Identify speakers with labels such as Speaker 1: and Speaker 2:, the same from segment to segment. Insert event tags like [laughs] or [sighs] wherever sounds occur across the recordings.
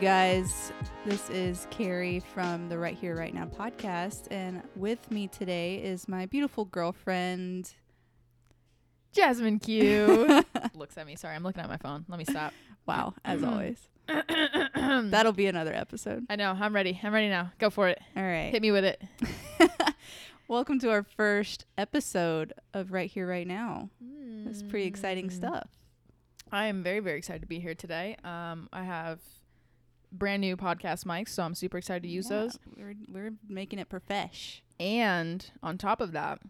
Speaker 1: guys. This is Carrie from the Right Here Right Now podcast, and with me today is my beautiful girlfriend. [laughs]
Speaker 2: Jasmine Q [laughs] looks at me. Sorry, I'm looking at my phone. Let me
Speaker 1: [coughs]
Speaker 2: stop.
Speaker 1: Wow, as
Speaker 2: Mhm.
Speaker 1: always.
Speaker 2: I
Speaker 1: That'll be another episode.
Speaker 2: know. I'm ready. I'm ready now. Go for it.
Speaker 1: All
Speaker 2: Hit
Speaker 1: right.
Speaker 2: me with it.
Speaker 1: Welcome to our first episode of Right Here Right Now. That's pretty exciting
Speaker 2: Mm.
Speaker 1: stuff.
Speaker 2: I am very, very excited to be here today. Um, I have brand new podcast mics, so I'm super excited to use
Speaker 1: Yeah,
Speaker 2: those.
Speaker 1: We're, we're making it profesh.
Speaker 2: And on top of that,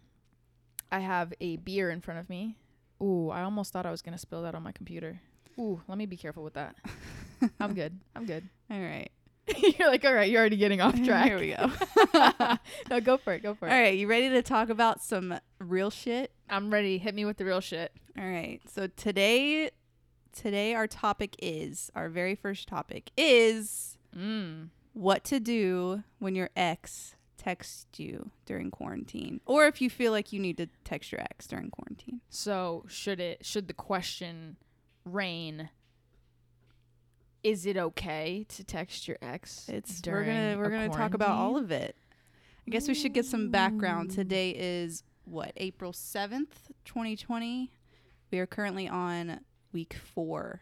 Speaker 2: I have a beer in front of me. Ooh, I almost thought I was gonna spill that on my computer. Ooh, let me be careful with that.
Speaker 1: [laughs]
Speaker 2: I'm good. I'm good. [laughs]
Speaker 1: All right.
Speaker 2: you're like, all right, you're already getting off
Speaker 1: [laughs]
Speaker 2: track.
Speaker 1: Here we
Speaker 2: [laughs]
Speaker 1: go.
Speaker 2: no, go for it. Go for
Speaker 1: All
Speaker 2: it.
Speaker 1: right. You ready to talk about some real shit?
Speaker 2: I'm ready. Hit me with the real shit.
Speaker 1: All right. So today today our topic is our very first topic is
Speaker 2: Mm.
Speaker 1: what to do when your ex texts you during quarantine or if you feel like you need to text your ex during quarantine.
Speaker 2: So should it? Should the question reign? Is it okay to text your ex?
Speaker 1: It's we're going to we're going to talk about all of it. I guess we should get some background. Today is what? April 7th, 2020. We are currently on week 4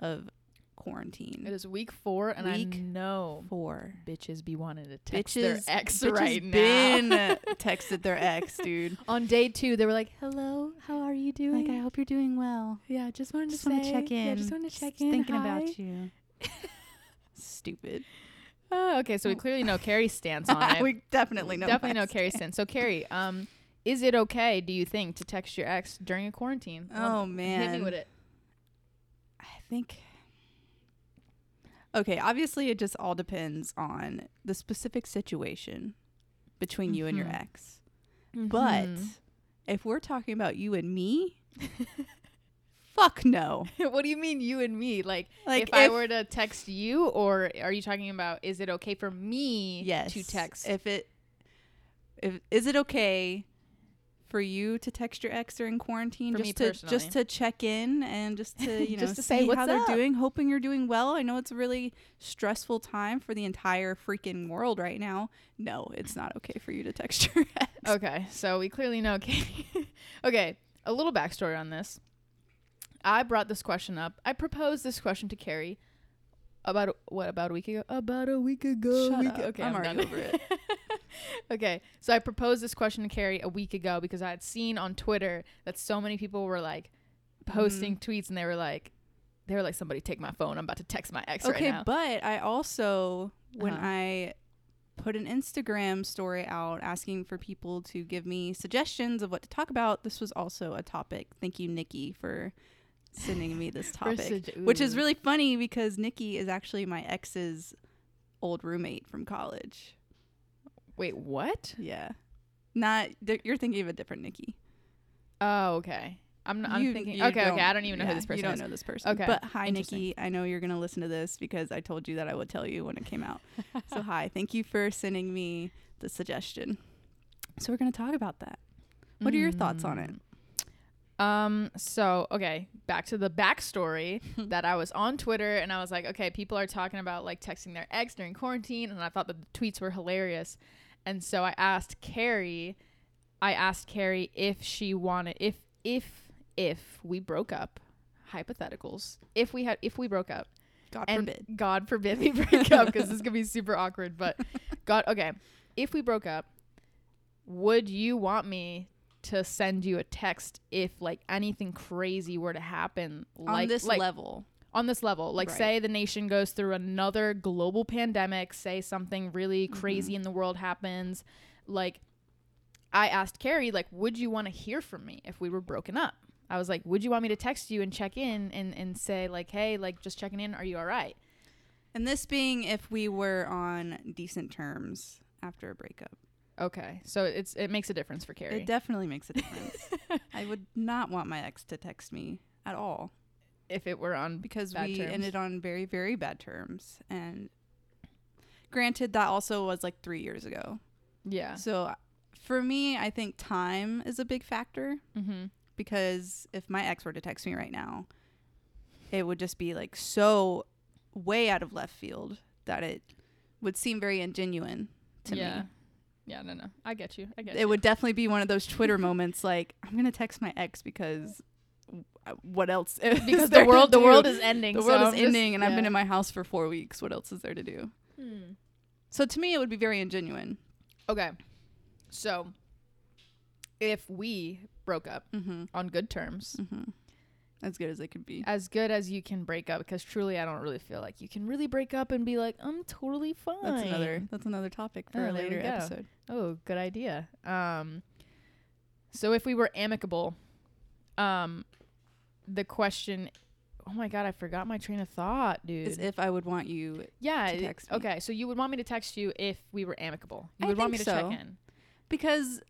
Speaker 1: of
Speaker 2: It
Speaker 1: quarantine.
Speaker 2: is week four, and I
Speaker 1: Week
Speaker 2: know
Speaker 1: 4.
Speaker 2: bitches be wanting to text
Speaker 1: Bitches-
Speaker 2: their ex
Speaker 1: bitches
Speaker 2: right [laughs]
Speaker 1: been [laughs]
Speaker 2: now.
Speaker 1: texted their ex, dude.
Speaker 2: On day two, they were like, "Hello, how are you doing?"
Speaker 1: Like, I hope you're doing well.
Speaker 2: yeah, just wanted
Speaker 1: Just
Speaker 2: to
Speaker 1: want
Speaker 2: say-
Speaker 1: to check in.
Speaker 2: Yeah, just wanted to check in.
Speaker 1: Thinking
Speaker 2: hi.
Speaker 1: about
Speaker 2: [laughs]
Speaker 1: you. Stupid.
Speaker 2: Oh, okay, so we clearly know Carrie's stance on
Speaker 1: [laughs]
Speaker 2: it.
Speaker 1: we definitely know. [laughs]
Speaker 2: definitely know
Speaker 1: best.
Speaker 2: Carrie's stance. So Carrie, um, is it okay? Do you think to text your ex during a quarantine? Well,
Speaker 1: Oh man.
Speaker 2: hit me with it.
Speaker 1: I think. Okay, obviously it just all depends on the specific situation between you and your
Speaker 2: Mhm.
Speaker 1: ex. But
Speaker 2: Mm-hmm.
Speaker 1: if we're talking about you and me,
Speaker 2: [laughs]
Speaker 1: fuck no.
Speaker 2: But [laughs] what do you mean you and me? Like,
Speaker 1: Like
Speaker 2: if, I were to text you, or are you talking about is it okay for me
Speaker 1: yes
Speaker 2: to text?
Speaker 1: if it if is it okay for you to text your ex during quarantine
Speaker 2: For
Speaker 1: just
Speaker 2: me
Speaker 1: to
Speaker 2: personally.
Speaker 1: just to check in and just
Speaker 2: [laughs]
Speaker 1: to you know
Speaker 2: Just to say
Speaker 1: see
Speaker 2: what's
Speaker 1: how they're
Speaker 2: up.
Speaker 1: doing hoping you're doing well i know it's a really stressful time for the entire freaking world right now no it's not okay for you to text your ex
Speaker 2: okay, so we clearly know [laughs] Katie. okay, a little backstory on this. I brought this question up. I proposed this question to Carrie about a- what about a week ago? About a week ago.
Speaker 1: Shut
Speaker 2: week-
Speaker 1: up.
Speaker 2: Okay,
Speaker 1: I'm
Speaker 2: I'm,
Speaker 1: already
Speaker 2: done.
Speaker 1: over it.
Speaker 2: okay, so I proposed this question to Carrie a week ago because I had seen on Twitter that so many people were like posting
Speaker 1: Mm-hmm.
Speaker 2: tweets and they were like, they were like, somebody take my phone. I'm about to text my ex
Speaker 1: okay
Speaker 2: right now.
Speaker 1: but i also when
Speaker 2: Uh-huh.
Speaker 1: i put an instagram story out asking for people to give me suggestions of what to talk about this was also a topic thank you nikki for sending me this
Speaker 2: [laughs] For
Speaker 1: topic
Speaker 2: such-
Speaker 1: which is
Speaker 2: ooh.
Speaker 1: really funny because nikki is actually my ex's old roommate from college
Speaker 2: Wait, what?
Speaker 1: yeah not th- you're thinking of a different nikki
Speaker 2: Oh, okay. I'm not. I'm
Speaker 1: You-
Speaker 2: thinking.
Speaker 1: you
Speaker 2: Okay, okay. I don't even know
Speaker 1: yeah,
Speaker 2: who this
Speaker 1: you
Speaker 2: person
Speaker 1: don't
Speaker 2: is.
Speaker 1: know this person
Speaker 2: Okay,
Speaker 1: but hi
Speaker 2: interesting.
Speaker 1: nikki i know you're gonna listen to this because i told you that i would tell you when it came out
Speaker 2: [laughs]
Speaker 1: so hi thank you for sending me the suggestion so we're gonna talk about that What are your thoughts on it?
Speaker 2: Mm. Um. So okay, back to the backstory that I was on Twitter and I was like, okay, people are talking about like texting their ex during quarantine, and I thought that the tweets were hilarious, and so I asked Carrie, I asked Carrie if she wanted if if if we broke up, hypotheticals, if we had if we broke up,
Speaker 1: god
Speaker 2: and
Speaker 1: forbid
Speaker 2: God forbid
Speaker 1: [laughs]
Speaker 2: we break up because this could be super awkward. But God, okay, if we broke up, would you want me to send you a text if like anything crazy were to happen, like
Speaker 1: on this
Speaker 2: like,
Speaker 1: level
Speaker 2: on this level, like
Speaker 1: Right.
Speaker 2: say the nation goes through another global pandemic, say something really
Speaker 1: Mm-hmm.
Speaker 2: crazy in the world happens, like I asked Carrie, like, would you want to hear from me if we were broken up? I was like, would you want me to text you and check in and, and say like, hey, like just checking in, are you all right?
Speaker 1: and this being if we were on decent terms after a breakup
Speaker 2: Okay, so it's it makes a difference for Carrie.
Speaker 1: it definitely makes a difference
Speaker 2: [laughs]
Speaker 1: i would not want my ex to text me at all
Speaker 2: if it were on,
Speaker 1: because
Speaker 2: Bad
Speaker 1: we
Speaker 2: terms.
Speaker 1: ended on very very bad terms and granted that also was like 3 years ago
Speaker 2: yeah.
Speaker 1: so uh, for me i think time is a big factor
Speaker 2: Mm-hmm.
Speaker 1: because if my ex were to text me right now it would just be like so way out of left field that it would seem very ingenuine to
Speaker 2: yeah.
Speaker 1: me.
Speaker 2: Yeah, no, no. I get you. I get you. [laughs]
Speaker 1: It would definitely be one of those Twitter moments like I'm gonna text my ex because w- uh, what else? [laughs] is
Speaker 2: because
Speaker 1: there
Speaker 2: the
Speaker 1: to
Speaker 2: world the
Speaker 1: do?
Speaker 2: world is ending.
Speaker 1: the world
Speaker 2: so
Speaker 1: is
Speaker 2: I'm just-
Speaker 1: ending, and I've been
Speaker 2: yeah.
Speaker 1: in my house for four weeks. What else is there to do?
Speaker 2: Hmm.
Speaker 1: So to me, it would be very ingenuine.
Speaker 2: Okay. So if we broke up
Speaker 1: Mm-hmm.
Speaker 2: on good terms,
Speaker 1: Mm-hmm. As good as it could be.
Speaker 2: as good as you can break up, because truly I don't really feel like you can really break up and be like, I'm totally fine.
Speaker 1: That's another. That's another topic for
Speaker 2: Oh,
Speaker 1: a
Speaker 2: there we
Speaker 1: later
Speaker 2: go.
Speaker 1: episode.
Speaker 2: Oh, good idea. Um so if we were amicable, um the question Oh my god, I forgot my train of thought, dude.
Speaker 1: Is if I would want you
Speaker 2: yeah,
Speaker 1: to
Speaker 2: it-
Speaker 1: text me.
Speaker 2: okay. So you would want me to text you if we were amicable. You
Speaker 1: I
Speaker 2: would want me
Speaker 1: think
Speaker 2: to
Speaker 1: so.
Speaker 2: check in.
Speaker 1: because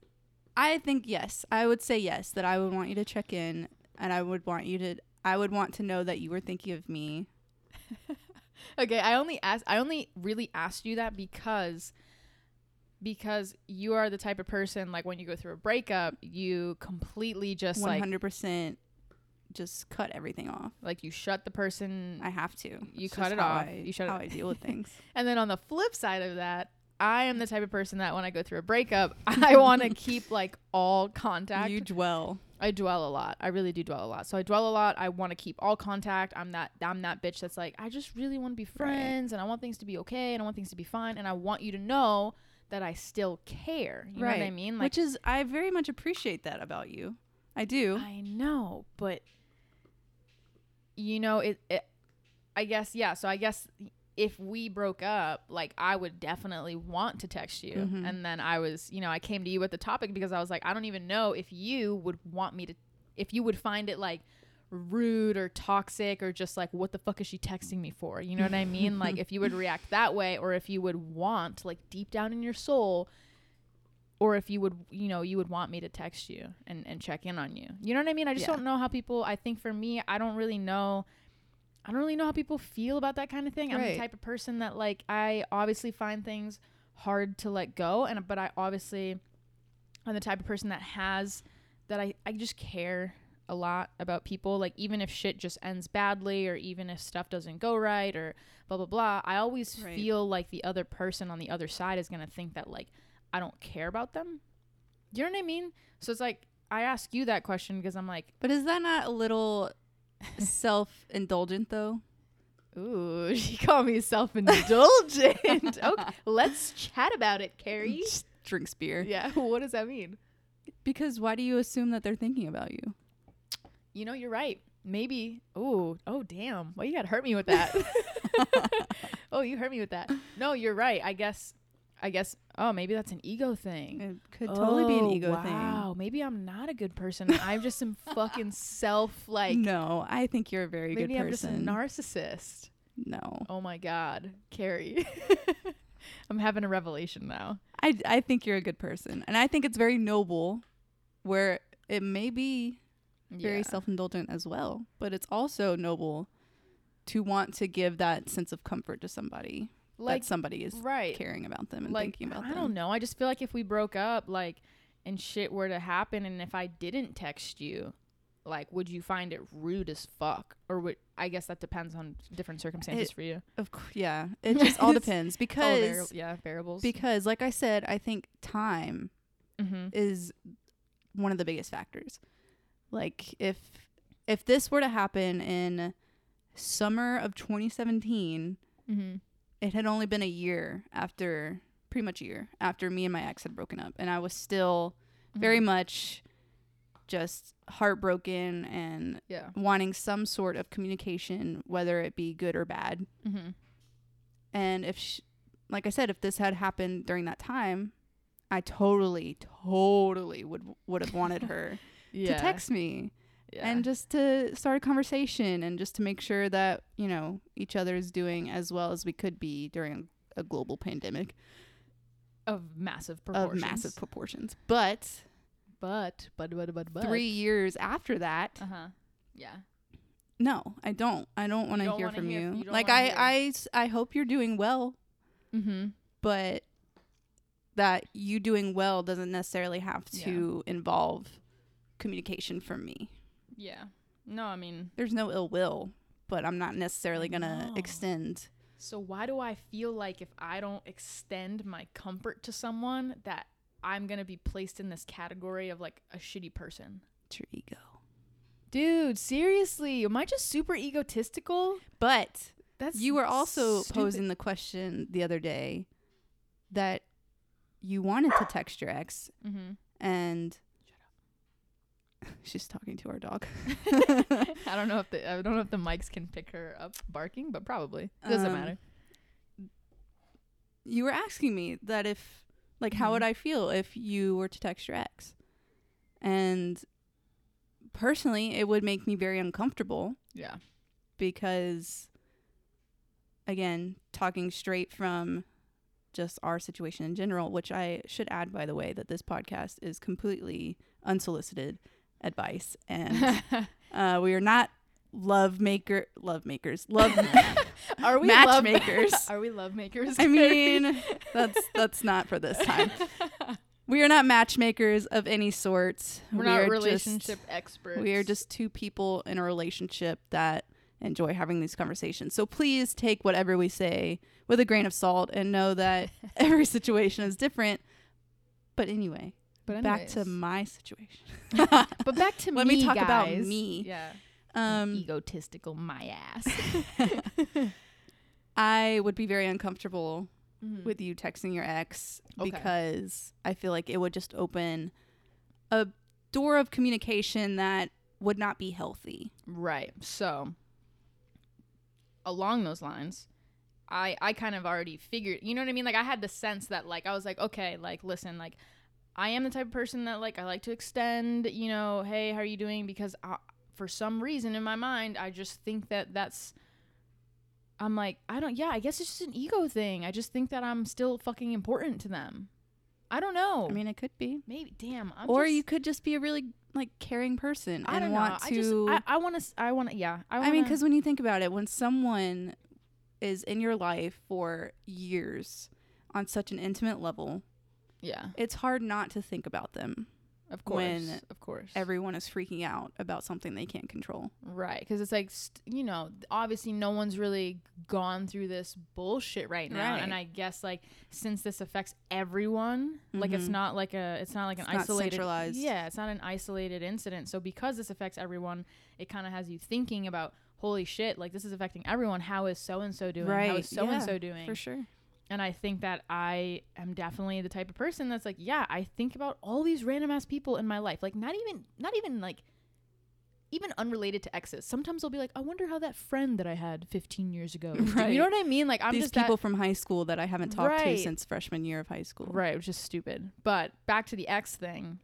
Speaker 1: I think yes, I would say yes that I would want you to check in, and I would want you to. I would want to know that you were thinking of me.
Speaker 2: Okay, I only asked I only really asked you that because because you are the type of person like when you go through a breakup, you completely just
Speaker 1: One
Speaker 2: like
Speaker 1: hundred percent. Just cut everything off.
Speaker 2: like you shut the person
Speaker 1: I have to.
Speaker 2: You
Speaker 1: It's
Speaker 2: cut
Speaker 1: just
Speaker 2: it
Speaker 1: how
Speaker 2: off.
Speaker 1: I-
Speaker 2: You shut it-
Speaker 1: how I deal with
Speaker 2: [laughs]
Speaker 1: things.
Speaker 2: And then on the flip side of that, I am the type of person that when I go through
Speaker 1: [laughs]
Speaker 2: a breakup, I want to keep like all contact.
Speaker 1: you dwell.
Speaker 2: I dwell a lot. I really do dwell a lot. So I dwell a lot. I want to keep all contact. I'm that I'm that bitch that's like I just really want to be friends and I want things to be okay and I want things to be fine and I want you to know that I still care. You know what I
Speaker 1: Right.
Speaker 2: mean? Like
Speaker 1: Which is, I very much appreciate that about you. I do.
Speaker 2: I know, but you know, it, it. I guess yeah. So I guess if we broke up, like I would definitely want to text you,
Speaker 1: Mhm.
Speaker 2: and then I was, you know, I came to you with the topic because I was like, I don't even know if you would want me to, if you would find it like rude or toxic or just like what the fuck is she texting me for you know what i mean like if you would react that way or if you would want like deep down in your soul or if you would you know you would want me to text you and and check in on you you know what i mean i just
Speaker 1: Yeah.
Speaker 2: don't know how people i think for me i don't really know i don't really know how people feel about that kind of thing i'm the
Speaker 1: Right.
Speaker 2: type of person that like i obviously find things hard to let go and but i obviously i'm the type of person that has that i, I just care a lot about people like even if shit just ends badly or even if stuff doesn't go right or blah blah blah i always
Speaker 1: Right.
Speaker 2: feel like the other person on the other side is going to think that like i don't care about them you know what i mean so it's like i ask you that question because i'm like
Speaker 1: But is that not a little [laughs] self indulgent, though?
Speaker 2: ooh [laughs] she called me self-indulgent okay let's chat about it carrie
Speaker 1: [laughs] Just drinks beer.
Speaker 2: yeah [laughs] what does that mean
Speaker 1: Because why do you assume that they're thinking about you?
Speaker 2: You know, you're right. Maybe. Oh, oh, damn. Why you gotta hurt me with [laughs] that? oh, you hurt me with that. No, you're right. I guess. I guess. Oh, maybe that's an ego thing.
Speaker 1: [laughs] It could totally be an
Speaker 2: Oh,
Speaker 1: ego
Speaker 2: Wow. Maybe I'm not a good person. I'm just
Speaker 1: [laughs]
Speaker 2: some fucking self. Like
Speaker 1: thing. no, I think you're a very
Speaker 2: maybe
Speaker 1: good
Speaker 2: I'm just a
Speaker 1: person.
Speaker 2: narcissist.
Speaker 1: no,
Speaker 2: Oh my god, Carrie. [laughs] I'm having a revelation now.
Speaker 1: I, I think you're a good person, and I think it's very noble, where it may be very
Speaker 2: Yeah.
Speaker 1: self indulgent as well, but it's also noble to want to give that sense of comfort to somebody
Speaker 2: like
Speaker 1: that somebody is
Speaker 2: right.
Speaker 1: caring about them and
Speaker 2: like
Speaker 1: thinking about
Speaker 2: I
Speaker 1: them.
Speaker 2: don't know. I just feel like if we broke up, like, and shit were to happen, and if I didn't text you, like, would you find it rude as fuck? Or would I guess that depends on different circumstances for you.
Speaker 1: Of course, yeah, it just
Speaker 2: [laughs]
Speaker 1: all
Speaker 2: It's
Speaker 1: depends
Speaker 2: It's all
Speaker 1: because
Speaker 2: vari- yeah, variables.
Speaker 1: because like I said, I think time
Speaker 2: mm-hmm.
Speaker 1: is one of the biggest factors. Like if if this were to happen in summer of 2017,
Speaker 2: Mm-hmm.
Speaker 1: it had only been a year after pretty much a year after me and my ex had broken up and I was still very
Speaker 2: mm-hmm.
Speaker 1: much just heartbroken and
Speaker 2: yeah.
Speaker 1: wanting some sort of communication whether it be good or bad.
Speaker 2: Mm-hmm.
Speaker 1: And if sh like I said if this had happened during that time, I totally totally would would have wanted
Speaker 2: [laughs]
Speaker 1: her
Speaker 2: Yeah.
Speaker 1: to text me
Speaker 2: yeah.
Speaker 1: and just to start a conversation and just to make sure that you know each other is doing as well as we could be during a global pandemic
Speaker 2: of massive
Speaker 1: of
Speaker 2: proportions.
Speaker 1: massive proportions but,
Speaker 2: but but but but but
Speaker 1: three years after that
Speaker 2: Uh huh. Yeah.
Speaker 1: no i don't i don't want
Speaker 2: You
Speaker 1: to
Speaker 2: don't
Speaker 1: hear
Speaker 2: wanna
Speaker 1: from
Speaker 2: hear-
Speaker 1: you,
Speaker 2: you don't
Speaker 1: like
Speaker 2: wanna
Speaker 1: I,
Speaker 2: hear.
Speaker 1: I s- I hope you're doing well
Speaker 2: Mm-hmm.
Speaker 1: but that you doing well doesn't necessarily have
Speaker 2: Yeah.
Speaker 1: to involve communication from me
Speaker 2: Yeah. No, I mean,
Speaker 1: there's no ill will but I'm not necessarily going to
Speaker 2: know.
Speaker 1: extend.
Speaker 2: So why do I feel like if I don't extend my comfort to someone that I'm going to be placed in this category of like a shitty person?
Speaker 1: It's your ego.
Speaker 2: Dude, seriously, am I just super egotistical?
Speaker 1: But
Speaker 2: That's
Speaker 1: you were also
Speaker 2: stupid.
Speaker 1: posing the question the other day that you wanted to text your ex
Speaker 2: Mhm.
Speaker 1: and [laughs] she's talking to our
Speaker 2: [laughs]
Speaker 1: dog.
Speaker 2: [laughs]
Speaker 1: [laughs]
Speaker 2: I don't know if the I don't know if the mics can pick her up barking, but probably. It doesn't
Speaker 1: Um,
Speaker 2: matter.
Speaker 1: you were asking me that if like how would
Speaker 2: Mhm.
Speaker 1: I feel if you were to text your ex? And personally, it would make me very uncomfortable
Speaker 2: Yeah.
Speaker 1: because again, talking straight from just our situation in general, which I should add by the way that this podcast is completely unsolicited advice
Speaker 2: [laughs]
Speaker 1: and uh, we are not love maker love makers love
Speaker 2: are we
Speaker 1: Matchmakers.
Speaker 2: Love, [laughs] are we love makers?
Speaker 1: I
Speaker 2: Carrie?
Speaker 1: [laughs] mean, that's that's not for this time. We are not matchmakers of any sort.
Speaker 2: we're
Speaker 1: We
Speaker 2: not
Speaker 1: are
Speaker 2: relationship experts.
Speaker 1: Just, we are just two people in a relationship that enjoy having these conversations. So please take whatever we say with a grain of salt and know
Speaker 2: [laughs]
Speaker 1: that every situation is different. But anyway,
Speaker 2: but
Speaker 1: back to
Speaker 2: anyways.
Speaker 1: my situation.
Speaker 2: [laughs]
Speaker 1: [laughs]
Speaker 2: But back to
Speaker 1: Let
Speaker 2: me.
Speaker 1: me talk about
Speaker 2: guys.
Speaker 1: me.
Speaker 2: Yeah.
Speaker 1: um,
Speaker 2: Egotistical, my [laughs] ass. [laughs]
Speaker 1: I would be very uncomfortable with you texting your ex
Speaker 2: Mm. Okay.
Speaker 1: because I feel like it would just open a door of communication that would not be healthy.
Speaker 2: right. So, along those lines, I I kind of already figured. You know what I mean? Like I had the sense that like I was like, okay, like listen, like I am the type of person that like I like to extend. You know, hey, how are you doing? Because I, for some reason in my mind, I just think that that's. I'm like, I don't, yeah, I guess it's just an ego thing. I just think that I'm still fucking important to them. I don't know.
Speaker 1: I mean, it could be,
Speaker 2: maybe, damn. I'm
Speaker 1: or
Speaker 2: just-
Speaker 1: you could just be a really like caring person
Speaker 2: I
Speaker 1: and
Speaker 2: don't
Speaker 1: want
Speaker 2: know.
Speaker 1: to.
Speaker 2: I just I want to I want to yeah. I,
Speaker 1: I,
Speaker 2: wanna,
Speaker 1: mean, because when you think about it, when someone is in your life for years on such an intimate level,
Speaker 2: yeah,
Speaker 1: it's hard not to think about them.
Speaker 2: of course,
Speaker 1: when
Speaker 2: of course,
Speaker 1: Everyone is freaking out about something they can't control.
Speaker 2: right? Because it's like st- you know, obviously no one's really gone through this bullshit right now,
Speaker 1: Right.
Speaker 2: and I guess like since this affects everyone, like it's
Speaker 1: Mhm.
Speaker 2: not like a Mm-hmm. it's not like an
Speaker 1: It's not
Speaker 2: isolated
Speaker 1: centralized.
Speaker 2: yeah, it's not an isolated incident. So because this affects everyone, it kind of has you thinking about holy shit, like this is affecting everyone. How is so and so doing? How
Speaker 1: Right,
Speaker 2: is so and so
Speaker 1: yeah,
Speaker 2: doing?
Speaker 1: sure.
Speaker 2: And I think that I am definitely the type of person that's like, yeah, I think about all these random ass people in my life. Like not even not even like even unrelated to exes. Sometimes I'll be like, I wonder how that friend that I had 15
Speaker 1: [laughs]
Speaker 2: years ago. is doing." You know
Speaker 1: Right.
Speaker 2: what I mean? Like I'm
Speaker 1: These
Speaker 2: just
Speaker 1: people from high school that I haven't talked
Speaker 2: Right.
Speaker 1: to since freshman year of high school.
Speaker 2: that, [laughs] right, which is stupid. But back to the ex thing.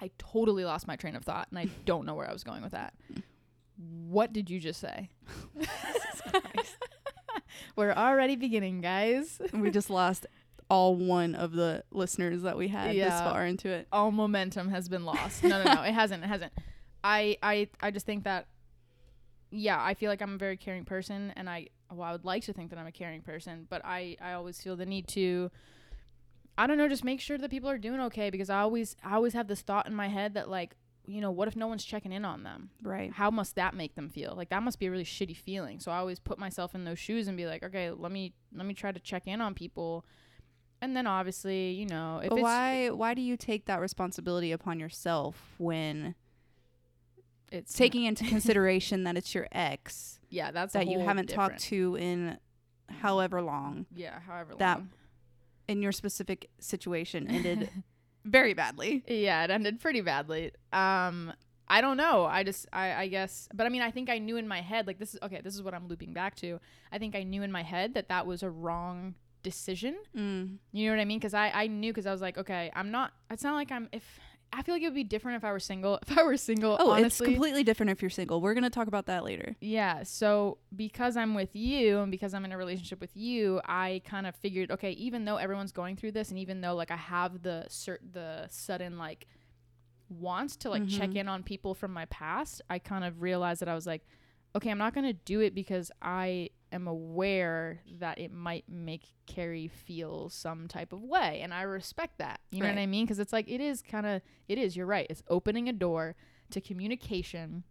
Speaker 2: I totally lost my train of thought
Speaker 1: [laughs]
Speaker 2: and I don't know where I was going with that. What did you
Speaker 1: [laughs]
Speaker 2: just say? [laughs] We're already beginning, guys.
Speaker 1: we just lost all one of the listeners that we had this
Speaker 2: Yeah.
Speaker 1: far into it.
Speaker 2: all momentum has been lost. No, no, no, it hasn't. It hasn't. I, I, I just think that, yeah, I feel like I'm a very caring person, and I, well, I would like to think that I'm a caring person, but I, I always feel the need to, I don't know, just make sure that people are doing okay because I always, I always have this thought in my head that like, you know, what if no one's checking in on them?
Speaker 1: Right.
Speaker 2: How must that make them feel? Like that must be a really shitty feeling. So I always put myself in those shoes and be like, okay, let me, let me try to check in on people. And then obviously, you know, if
Speaker 1: But
Speaker 2: it's
Speaker 1: why why do you take that responsibility upon yourself when
Speaker 2: it's
Speaker 1: taking into consideration that it's your ex
Speaker 2: Yeah, that's a
Speaker 1: that you
Speaker 2: whole
Speaker 1: haven't
Speaker 2: different-
Speaker 1: talked to in however long
Speaker 2: Yeah, however long.
Speaker 1: that in your specific situation [laughs] ended very badly.
Speaker 2: [laughs] yeah, it ended pretty badly. Um, I don't know. I just, I, I guess, but I mean, I think I knew in my head, like this is okay. This is what I'm looping back to. I think I knew in my head that that was a wrong decision.
Speaker 1: Mm.
Speaker 2: You know what I mean? Because I, I knew because I was like, okay, I'm not. It's not like I'm. If I feel like it would be different if I were single. [laughs] If I were single,
Speaker 1: Oh, it's
Speaker 2: honestly,
Speaker 1: completely different if you're single. We're going to talk about that later.
Speaker 2: Yeah. So because I'm with you and because I'm in a relationship with you, I kind of figured, okay, even though everyone's going through this, and even though like I have the cer- the sudden like wants to like check in on people from my past, I kind of realized that I was like, okay, I'm not gonna do it because I am aware that it might make Carrie feel some type of way, and I respect that. You know what
Speaker 1: Right.
Speaker 2: I mean? Because it's like it is kind of it is. You're right. It's opening a door to communication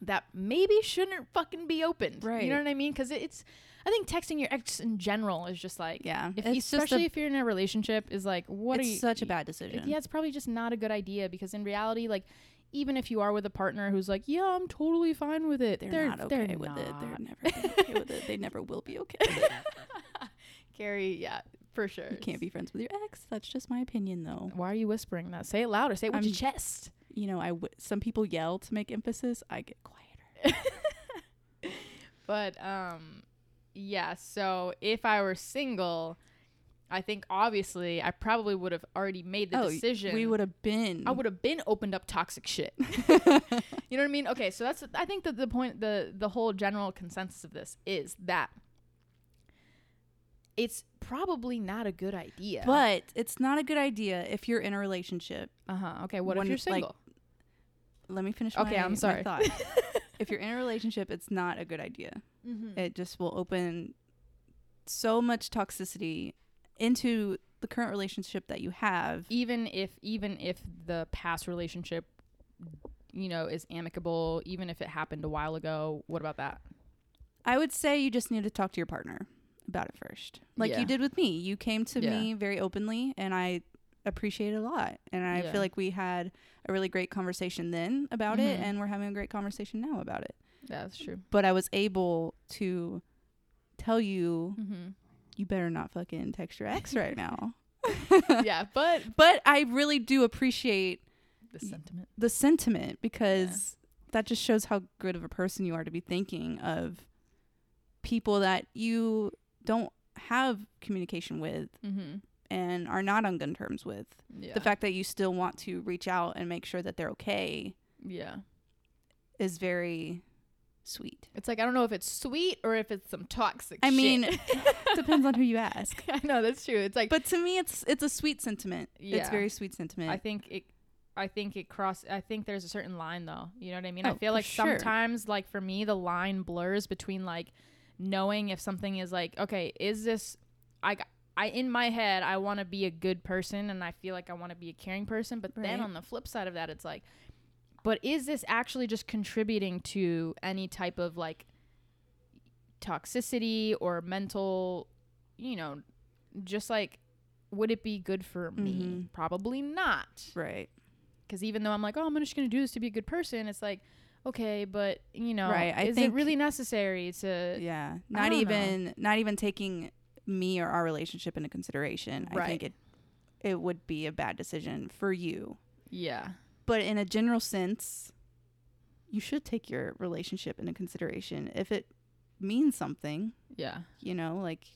Speaker 2: that maybe shouldn't fucking be opened. You
Speaker 1: Right.
Speaker 2: know what I mean? Because it's, I think texting your ex in general is just like,
Speaker 1: Yeah.
Speaker 2: If,
Speaker 1: It's just
Speaker 2: especially
Speaker 1: a-
Speaker 2: if you're in a relationship, is like, what
Speaker 1: it's
Speaker 2: are you?
Speaker 1: such a
Speaker 2: y-
Speaker 1: bad decision.
Speaker 2: Yeah, it's probably just not a good idea because in reality, like, even if you are with a partner who's like, yeah, I'm totally fine with it,
Speaker 1: They're, not okay with it. They're never been okay with it. They never will
Speaker 2: [laughs]
Speaker 1: be okay. with it.
Speaker 2: Carrie, yeah, for sure.
Speaker 1: You can't be friends with your ex. That's just my opinion, though.
Speaker 2: Why are you whispering that? Say it louder. Say it with your
Speaker 1: I'm-
Speaker 2: chest.
Speaker 1: You know, I w- some people yell to make emphasis. I get quieter.
Speaker 2: But um yeah, so if I were single, I think obviously I probably would have already made the
Speaker 1: oh,
Speaker 2: decision.
Speaker 1: we would have been. [laughs]
Speaker 2: I would [laughs] have been opened up toxic shit. you know what I mean? Okay, so that's I think that the point the the whole general consensus of this is that it's probably not a good idea.
Speaker 1: But it's not a good idea if you're in a relationship.
Speaker 2: uh-huh. Okay, what if
Speaker 1: When,
Speaker 2: you're
Speaker 1: like,
Speaker 2: single?
Speaker 1: Let me finish.
Speaker 2: Okay,
Speaker 1: my-
Speaker 2: I'm
Speaker 1: my
Speaker 2: sorry. [laughs]
Speaker 1: thought. if you're in a relationship, it's not a good idea.
Speaker 2: mm-hmm.
Speaker 1: It just will open so much toxicity into the current relationship that you have.
Speaker 2: even if even if the past relationship you know is amicable even if it happened a while ago what about that
Speaker 1: I would say you just need to talk to your partner about it first. Like
Speaker 2: Yeah.
Speaker 1: you did with me. You came to
Speaker 2: Yeah.
Speaker 1: me very openly and I appreciate it a lot. And I
Speaker 2: Yeah.
Speaker 1: feel like we had a really great conversation then about it
Speaker 2: Mhm.
Speaker 1: and we're having a great conversation now about it.
Speaker 2: yeah that's true
Speaker 1: But I was able to tell you
Speaker 2: mm-hmm.
Speaker 1: you better not fucking text your ex right now.
Speaker 2: [laughs] yeah
Speaker 1: [laughs]
Speaker 2: but
Speaker 1: But I really do appreciate
Speaker 2: the
Speaker 1: Y-
Speaker 2: sentiment
Speaker 1: the sentiment because that just shows how good of a person you are to be thinking of people that you don't have communication with
Speaker 2: mm-hmm.
Speaker 1: and are not on good terms with.
Speaker 2: yeah
Speaker 1: The fact that you still want to reach out and make sure that they're okay
Speaker 2: yeah
Speaker 1: is very
Speaker 2: [laughs]
Speaker 1: sweet.
Speaker 2: it's like i don't know if it's sweet or if it's some toxic
Speaker 1: I
Speaker 2: shit.
Speaker 1: mean, [laughs] depends
Speaker 2: [laughs]
Speaker 1: on who you ask.
Speaker 2: i know that's true it's like
Speaker 1: But to me it's it's a sweet sentiment. It's
Speaker 2: Yeah.
Speaker 1: very sweet sentiment.
Speaker 2: I think it. I think it cross. I think there's a certain line though. You know what I mean? I
Speaker 1: Oh,
Speaker 2: feel
Speaker 1: for
Speaker 2: like
Speaker 1: sure.
Speaker 2: sometimes, like for me, the line blurs between like knowing if something is like, okay, is this? I got- I in my head, I want to be a good person, and I feel like I want to be a caring person. But then
Speaker 1: Right.
Speaker 2: on the flip side of that, it's like, but is this actually just contributing to any type of like toxicity or mental, you know, just like, would it be good for me?
Speaker 1: Mhm.
Speaker 2: Probably not
Speaker 1: right.
Speaker 2: because even though I'm like, oh, I'm just gonna do this to be a good person, it's like, okay, but you know,
Speaker 1: Right, I
Speaker 2: is it
Speaker 1: think-
Speaker 2: really necessary to?
Speaker 1: Yeah. Not
Speaker 2: don't know.
Speaker 1: even not even taking me or our relationship into consideration. I
Speaker 2: Right.
Speaker 1: think it it would be a bad decision for you.
Speaker 2: Yeah,
Speaker 1: But in a general sense, you should take your relationship into consideration if it means something,
Speaker 2: yeah,
Speaker 1: you know, like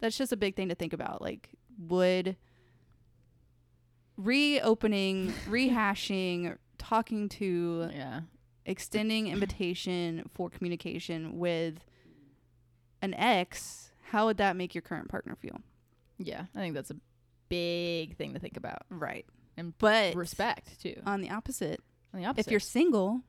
Speaker 1: that's just a big thing to think about. Like would
Speaker 2: [laughs]
Speaker 1: reopening, rehashing, talking to
Speaker 2: yeah,
Speaker 1: extending invitation for communication with an ex, how would that make your current partner feel?
Speaker 2: yeah. I think that's a big thing to think about.
Speaker 1: Right.
Speaker 2: And
Speaker 1: but
Speaker 2: Respect too.
Speaker 1: on the opposite,
Speaker 2: On the opposite,
Speaker 1: Uh, if you're single,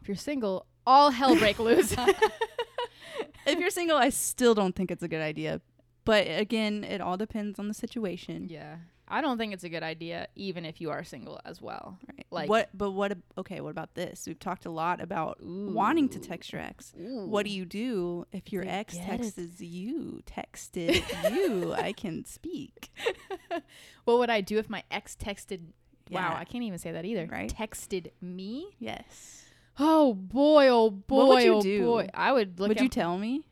Speaker 2: if you're single, all hell break loose.
Speaker 1: [laughs]
Speaker 2: [laughs]
Speaker 1: if you're single, I still don't think it's a good idea. But again, it all depends on the situation.
Speaker 2: yeah, I don't think it's a good idea, even if you are single as well.
Speaker 1: Right.
Speaker 2: Like-
Speaker 1: what but what ab- okay, what about this? We've talked a lot about wanting to text your ex. What do you do if your
Speaker 2: They
Speaker 1: ex
Speaker 2: get it.
Speaker 1: texts you? Texted you. I can speak.
Speaker 2: [laughs] What would I do if my ex texted? Wow,
Speaker 1: Yeah.
Speaker 2: I can't even say that either.
Speaker 1: Right?
Speaker 2: Texted me.
Speaker 1: Yes.
Speaker 2: Oh boy! Oh boy!
Speaker 1: What would you
Speaker 2: oh
Speaker 1: do?
Speaker 2: boy! I would look.
Speaker 1: would
Speaker 2: at
Speaker 1: you tell me?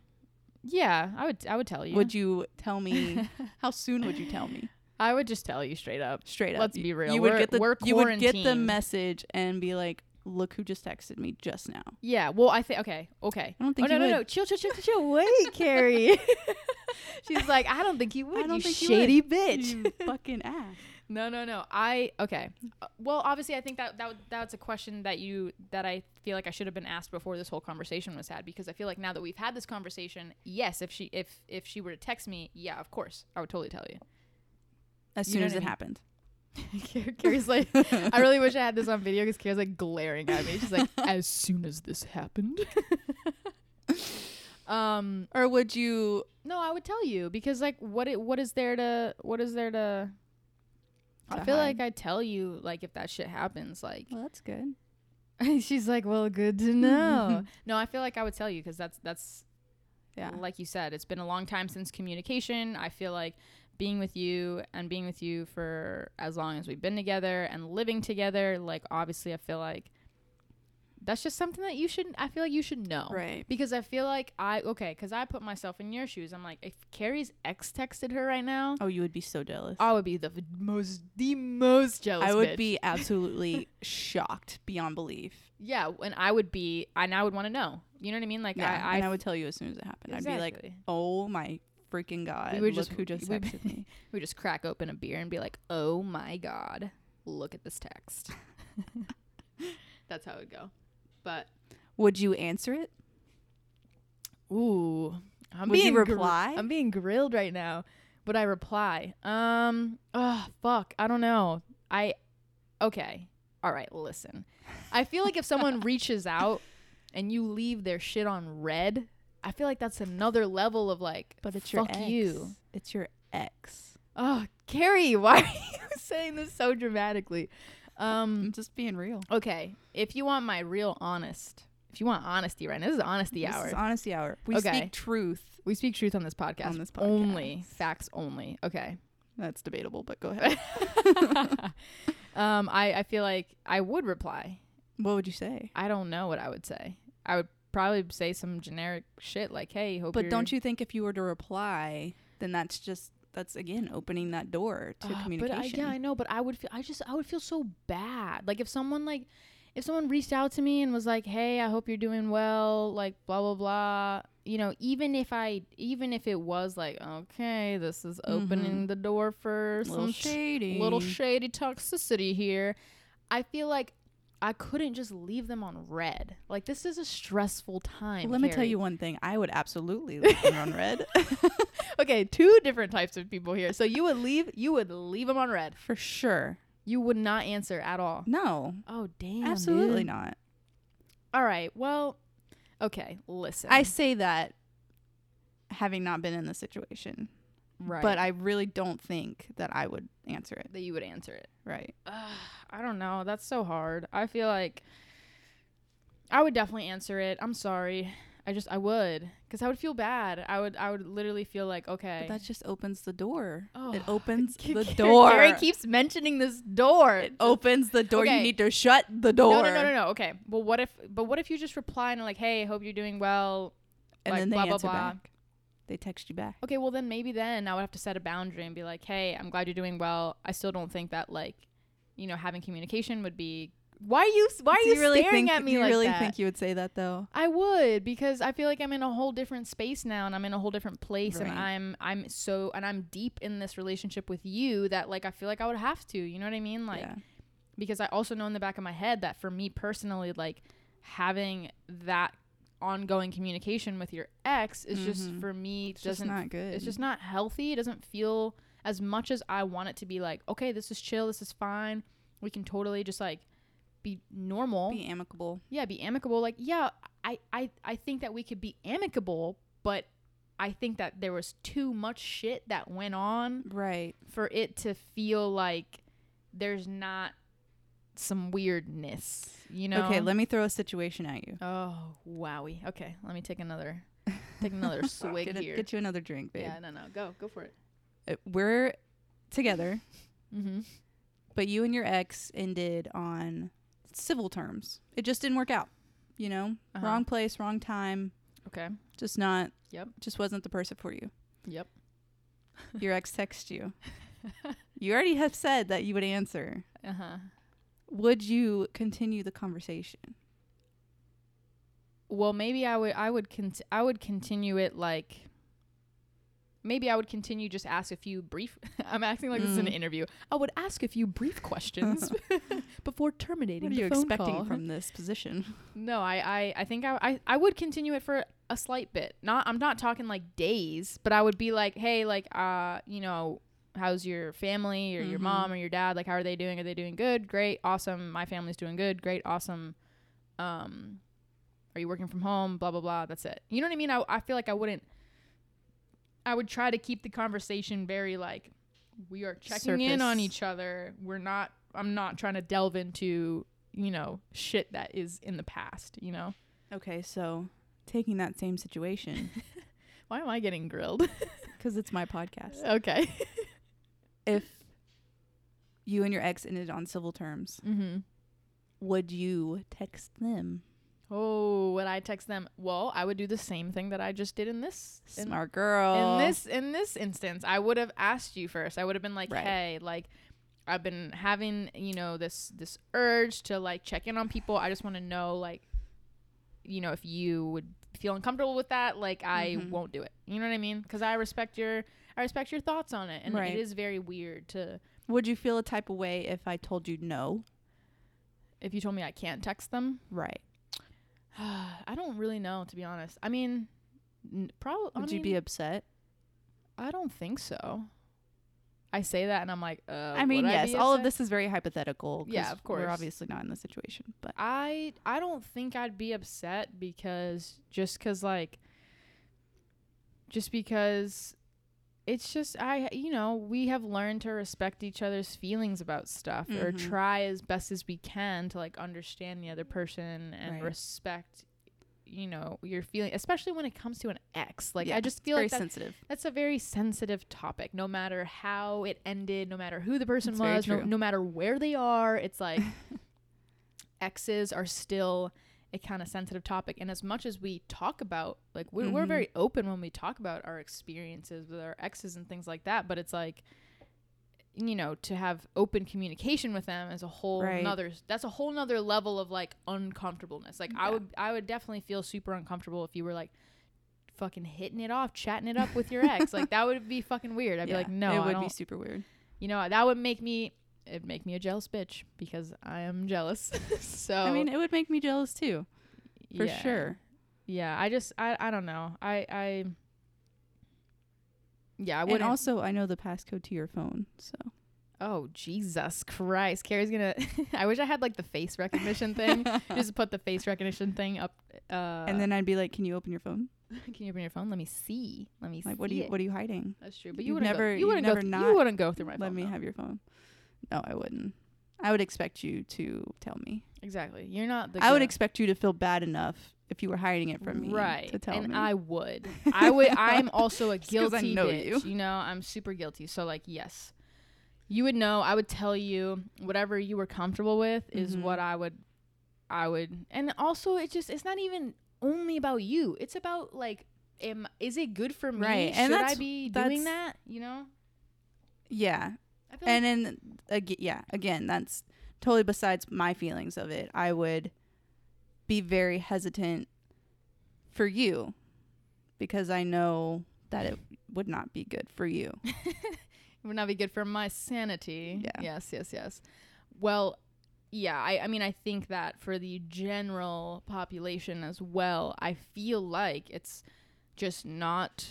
Speaker 2: Yeah, I would. I would tell you.
Speaker 1: Would you tell
Speaker 2: [laughs]
Speaker 1: me? how soon would you tell me?
Speaker 2: I would just tell you straight up.
Speaker 1: Straight up.
Speaker 2: Let's
Speaker 1: You-
Speaker 2: be real.
Speaker 1: You would
Speaker 2: We're-
Speaker 1: get the
Speaker 2: we're
Speaker 1: you would get the
Speaker 2: quarantined.
Speaker 1: message and be like, "Look who just texted me just now."
Speaker 2: Yeah. Well, I think. Okay. Okay.
Speaker 1: I don't think
Speaker 2: oh no
Speaker 1: you
Speaker 2: no
Speaker 1: would.
Speaker 2: no! Chill chill chill chill, chill.
Speaker 1: [laughs]
Speaker 2: Wait, Carrie. [laughs] She's like, I don't think you would.
Speaker 1: I don't
Speaker 2: you
Speaker 1: think you would.
Speaker 2: shady bitch.
Speaker 1: You [laughs]
Speaker 2: [laughs]
Speaker 1: fucking ass.
Speaker 2: No, no, no. I okay. Uh, well, obviously, I think that that would- that's a question that you that I feel like I should have been asked before this whole conversation was had because I feel like now that we've had this conversation, yes, if she if if she were to text me, yeah, of course, I would totally tell [laughs]
Speaker 1: As
Speaker 2: You
Speaker 1: soon
Speaker 2: know
Speaker 1: as
Speaker 2: what I
Speaker 1: it
Speaker 2: mean.
Speaker 1: happened.
Speaker 2: you. Carrie's like, [laughs] I really wish I had this on video because Kira's like glaring at me. She's [laughs] like, as soon as this happened. um,
Speaker 1: [laughs] Or would you?
Speaker 2: no, I would tell you because like, what it what is there to what is there to? I
Speaker 1: To
Speaker 2: feel
Speaker 1: hide.
Speaker 2: like [laughs] I tell you like if that shit happens like.
Speaker 1: Well, that's good.
Speaker 2: She's like, well, good to [laughs] know. no, I feel like I would tell you because that's that's
Speaker 1: Yeah.
Speaker 2: like you said, it's been a long time since communication. I feel like being with you and being with you for as long as we've been together and living together, like obviously, I feel like that's just something that you should. I feel like you should know,
Speaker 1: Right.
Speaker 2: Because I feel like I okay, because I put myself in your shoes. I'm like, if Carrie's ex texted her right now,
Speaker 1: Oh, you would be so jealous.
Speaker 2: I would be the f- most the most jealous.
Speaker 1: I would
Speaker 2: bitch. [laughs]
Speaker 1: be absolutely shocked beyond belief.
Speaker 2: Yeah, and I would be, and I would want to know. You know what I mean? Like
Speaker 1: Yeah,
Speaker 2: I, I,
Speaker 1: and I would tell you as soon as it happened. I'd be like,
Speaker 2: Exactly.
Speaker 1: "Oh my freaking god!
Speaker 2: We would
Speaker 1: look
Speaker 2: just-
Speaker 1: who just
Speaker 2: we-
Speaker 1: texted
Speaker 2: [laughs]
Speaker 1: me."
Speaker 2: we just crack open a beer and be like, "Oh my god, look at this text." [laughs] That's how it would go. But
Speaker 1: Would you answer it?
Speaker 2: ooh, I'm
Speaker 1: Would you
Speaker 2: being gr-
Speaker 1: reply?
Speaker 2: I'm being grilled right now. Would I reply? Um, oh fuck, I don't know. I okay. All right, listen. I feel like if [laughs] someone reaches out and you leave their shit on red, I feel like that's another level of like,
Speaker 1: But it's
Speaker 2: fuck
Speaker 1: your ex.
Speaker 2: you.
Speaker 1: It's your ex.
Speaker 2: Oh, Carrie, [laughs] why are you saying this so dramatically?
Speaker 1: I'm
Speaker 2: Um,
Speaker 1: just being real.
Speaker 2: okay, if you want my real honest, if you want honesty, right now, this is honesty
Speaker 1: This
Speaker 2: hour.
Speaker 1: is honesty hour. We
Speaker 2: Okay.
Speaker 1: speak truth.
Speaker 2: we speak truth on this podcast.
Speaker 1: On this
Speaker 2: Only
Speaker 1: podcast.
Speaker 2: facts only.
Speaker 1: [laughs]
Speaker 2: Okay.
Speaker 1: That's debatable, but [laughs] go ahead.
Speaker 2: um, I, I feel like I would reply.
Speaker 1: what would you say?
Speaker 2: I don't know what I would say. I would probably say some generic shit like, hey, hope
Speaker 1: But
Speaker 2: you're-
Speaker 1: don't you think if you were to reply, then that's just that's again opening that door to
Speaker 2: Ah,
Speaker 1: communication.
Speaker 2: But I, yeah, I know. But I would feel. I just. I would feel so bad. Like if someone like, if someone reached out to me and was like, "Hey, I hope you're doing well." Like blah blah blah. You know, even if I, even if it was like, okay, this is opening the door for
Speaker 1: Mm-hmm. little
Speaker 2: some sh-
Speaker 1: shady.
Speaker 2: little shady toxicity here. I feel like I couldn't just leave them on red. Like this is a stressful time.
Speaker 1: Let me tell
Speaker 2: Carrie. [laughs]
Speaker 1: you one thing. I would absolutely leave them on red [laughs]
Speaker 2: Okay, two different types of people here. So you would leave, you would leave them on red.
Speaker 1: for sure.
Speaker 2: You would not answer at all.
Speaker 1: No,
Speaker 2: Oh damn!
Speaker 1: absolutely
Speaker 2: dude.
Speaker 1: not.
Speaker 2: All right. Well, okay. Listen,
Speaker 1: I say that having not been in the situation,
Speaker 2: right,
Speaker 1: but I really don't think that I would answer it.
Speaker 2: that you would answer it.
Speaker 1: Right.
Speaker 2: Ugh, I don't know. That's so hard. I feel like I would definitely answer it. I'm sorry. I just I would because I would feel bad. I would I would literally feel like okay.
Speaker 1: But that just opens the door.
Speaker 2: [laughs]
Speaker 1: it
Speaker 2: Oh,
Speaker 1: opens
Speaker 2: K-
Speaker 1: the
Speaker 2: K-
Speaker 1: door.
Speaker 2: Gary keeps mentioning this door.
Speaker 1: it opens the door.
Speaker 2: Okay.
Speaker 1: You need to shut the door.
Speaker 2: No, no, no, no, no. Okay. Well, what if? But what if you just reply and like, hey, hope you're doing well.
Speaker 1: And
Speaker 2: like,
Speaker 1: then they
Speaker 2: blah, blah,
Speaker 1: answer
Speaker 2: blah.
Speaker 1: back. They text you back.
Speaker 2: Okay, well then maybe then I would have to set a boundary and be like, "Hey, I'm glad you're doing well. I still don't think that like, you know, having communication would be why are you why are
Speaker 1: do
Speaker 2: you,
Speaker 1: you really
Speaker 2: staring
Speaker 1: think,
Speaker 2: at me
Speaker 1: do you
Speaker 2: like
Speaker 1: really
Speaker 2: that?"
Speaker 1: think you would say that though?
Speaker 2: I would because I feel like I'm in a whole different space now and I'm in a whole different place and
Speaker 1: Right.
Speaker 2: I'm I'm so and I'm deep in this relationship with you that like I feel like I would have to, you know what I mean? Like
Speaker 1: yeah.
Speaker 2: because I also know in the back of my head that for me personally, like having that ongoing communication with your ex is just
Speaker 1: Mhm.
Speaker 2: for me
Speaker 1: It's just
Speaker 2: doesn't
Speaker 1: not good.
Speaker 2: it's just not healthy. It doesn't feel as much as I want it to be like, okay, this is chill, this is fine. We can totally just like be normal.
Speaker 1: be amicable.
Speaker 2: yeah, be amicable. Like, yeah, I, I I think that we could be amicable, but I think that there was too much shit that went on
Speaker 1: Right.
Speaker 2: for it to feel like there's not some weirdness, you know?
Speaker 1: Okay, let me throw a situation at you.
Speaker 2: Oh, wowie. Okay, let me take another
Speaker 1: [laughs]
Speaker 2: take another swig
Speaker 1: Get, a-
Speaker 2: here.
Speaker 1: get you another drink, babe.
Speaker 2: yeah, no, no. Go, go for it.
Speaker 1: Uh, We're together,
Speaker 2: Mhm.
Speaker 1: but you and your ex ended on civil terms. It just didn't work out. You know,
Speaker 2: Uh-huh.
Speaker 1: wrong place, wrong time.
Speaker 2: Okay.
Speaker 1: Just not.
Speaker 2: Yep.
Speaker 1: Just wasn't the person for
Speaker 2: [laughs]
Speaker 1: you.
Speaker 2: Yep.
Speaker 1: Your ex texts you.
Speaker 2: [laughs]
Speaker 1: you already have said that you would answer.
Speaker 2: Uh huh.
Speaker 1: Would you continue the conversation?
Speaker 2: Well, maybe I would. I would. Cont- I would continue it like. Maybe I would continue just ask a few brief. [laughs] I'm acting like this is an
Speaker 1: Mm.
Speaker 2: interview. I would ask a few
Speaker 1: [laughs]
Speaker 2: brief questions [laughs] before terminating
Speaker 1: What are you
Speaker 2: the phone
Speaker 1: expecting
Speaker 2: call.
Speaker 1: from this position?
Speaker 2: [laughs] No, I, I, I think I, I, I would continue it for a slight bit. Not, I'm not talking like days, but I would be like, hey, like, uh, you know, how's your family or your
Speaker 1: Mhm.
Speaker 2: mom or your dad? Like, how are they doing? Are they doing good? Great, awesome. My family's doing good. Great, awesome. Um, are you working from home? Blah blah blah. That's it. You know what I mean? I, I feel like I wouldn't. I would try to keep the conversation very like we are checking in on
Speaker 1: Surface.
Speaker 2: each other. We're not. I'm not trying to delve into you know, shit that is in the past, you know?
Speaker 1: Okay, so taking that same situation
Speaker 2: [laughs] Why am I getting grilled?
Speaker 1: because it's my podcast.
Speaker 2: [laughs] okay.
Speaker 1: If you and your ex ended on civil terms,
Speaker 2: Mm-hmm.
Speaker 1: would you text them?
Speaker 2: Oh, would I text them? Well, I would do the same thing that I just did in this in,
Speaker 1: Smart girl.
Speaker 2: in this in this instance. I would have asked you first. I would have been like,
Speaker 1: Right.
Speaker 2: "Hey, like I've been having, you know, this this urge to like check in on people. I just want to know like you know, if you would feel uncomfortable with that, like I
Speaker 1: Mhm.
Speaker 2: won't do it. You know what I mean? Cuz I respect your I respect your thoughts on it and
Speaker 1: Right.
Speaker 2: it is very weird to
Speaker 1: would you feel a type of way if I told you no?
Speaker 2: if you told me I can't text them. [sighs]
Speaker 1: Right.
Speaker 2: I don't really know to be honest. I mean, probably
Speaker 1: Would
Speaker 2: I
Speaker 1: you
Speaker 2: mean,
Speaker 1: be upset?
Speaker 2: I don't think so. I say that and I'm like, uh,
Speaker 1: I mean,
Speaker 2: would
Speaker 1: yes,
Speaker 2: be
Speaker 1: all of
Speaker 2: upset?
Speaker 1: this is very hypothetical. 'cause
Speaker 2: Yeah, of
Speaker 1: We're
Speaker 2: course.
Speaker 1: obviously not in this situation, but
Speaker 2: I I don't think I'd be upset because just because like just because it's just I you know we have learned to respect each other's feelings about stuff or
Speaker 1: Mhm.
Speaker 2: try as best as we can to like understand the other person and
Speaker 1: Right.
Speaker 2: respect you know your feeling especially when it comes to an ex like
Speaker 1: yeah,
Speaker 2: I just
Speaker 1: it's
Speaker 2: feel
Speaker 1: very
Speaker 2: like that
Speaker 1: sensitive.
Speaker 2: that's a very sensitive topic no matter how it ended no matter who the person
Speaker 1: That's very
Speaker 2: was no,
Speaker 1: true.
Speaker 2: no matter where they are
Speaker 1: [laughs]
Speaker 2: it's like exes are still a kind of sensitive topic and as much as we talk about like we're, we're
Speaker 1: Mhm.
Speaker 2: very open when we talk about our experiences with our exes and things like that but it's like you know to have open communication with them is a whole
Speaker 1: Right.
Speaker 2: nother that's a whole nother level of like uncomfortableness like i
Speaker 1: Yeah.
Speaker 2: would i would definitely feel super uncomfortable if you were like fucking hitting it off, chatting it up with your ex. like that would be fucking weird.
Speaker 1: [laughs]
Speaker 2: I'd
Speaker 1: Yeah,
Speaker 2: be like, no,
Speaker 1: it
Speaker 2: I
Speaker 1: would
Speaker 2: don't.
Speaker 1: be super weird.
Speaker 2: you know, that would make me. It'd make me a jealous bitch because I am jealous. [laughs] so
Speaker 1: [laughs] I mean, it would make me jealous too, for
Speaker 2: Oh. yeah.
Speaker 1: sure.
Speaker 2: Yeah, I just I I don't know. I I. Yeah, I wouldn't.
Speaker 1: and also, I know the passcode to your phone, so
Speaker 2: oh Jesus Christ, Carrie's gonna. [laughs] I wish I had like the face
Speaker 1: [laughs]
Speaker 2: recognition thing. just put the face recognition thing up. Uh,
Speaker 1: and then I'd be like, "Can you open your phone?
Speaker 2: can you open your phone? Let me see. Let me
Speaker 1: Like,
Speaker 2: see.
Speaker 1: what are you
Speaker 2: it.
Speaker 1: what are you hiding?
Speaker 2: That's true, but
Speaker 1: you'd
Speaker 2: you wouldn't.
Speaker 1: never-
Speaker 2: go,
Speaker 1: you'd
Speaker 2: you wouldn't go.
Speaker 1: never
Speaker 2: th-
Speaker 1: not
Speaker 2: you wouldn't go through my.
Speaker 1: Let
Speaker 2: phone,
Speaker 1: me
Speaker 2: though.
Speaker 1: have your phone." No, I wouldn't. I would expect you to tell me.
Speaker 2: Exactly. You're not the
Speaker 1: I would
Speaker 2: girl-
Speaker 1: expect you to feel bad enough if you were hiding it from me,
Speaker 2: right
Speaker 1: To tell
Speaker 2: and
Speaker 1: me,
Speaker 2: I
Speaker 1: [laughs]
Speaker 2: would. I would I'm also a
Speaker 1: 'cause I
Speaker 2: guilty
Speaker 1: know
Speaker 2: bitch.
Speaker 1: you.
Speaker 2: You. know, I'm super guilty. So like yes. You would know, I would tell you whatever you were comfortable with is
Speaker 1: Mhm.
Speaker 2: what I would I would and also it just it's not even only about you. It's about like am is it good for me?
Speaker 1: Right,
Speaker 2: Should
Speaker 1: and
Speaker 2: I
Speaker 1: that's-
Speaker 2: be
Speaker 1: that's-
Speaker 2: doing that? You know?
Speaker 1: yeah,
Speaker 2: I feel
Speaker 1: and then again, yeah, again, that's totally besides my feelings of it. I would be very hesitant for you because I know that it would not be good for you.
Speaker 2: It would not be good for my sanity.
Speaker 1: Yeah.
Speaker 2: Yes, yes, yes. Well, yeah, I, I mean, I think that for the general population as well, I feel like it's just not.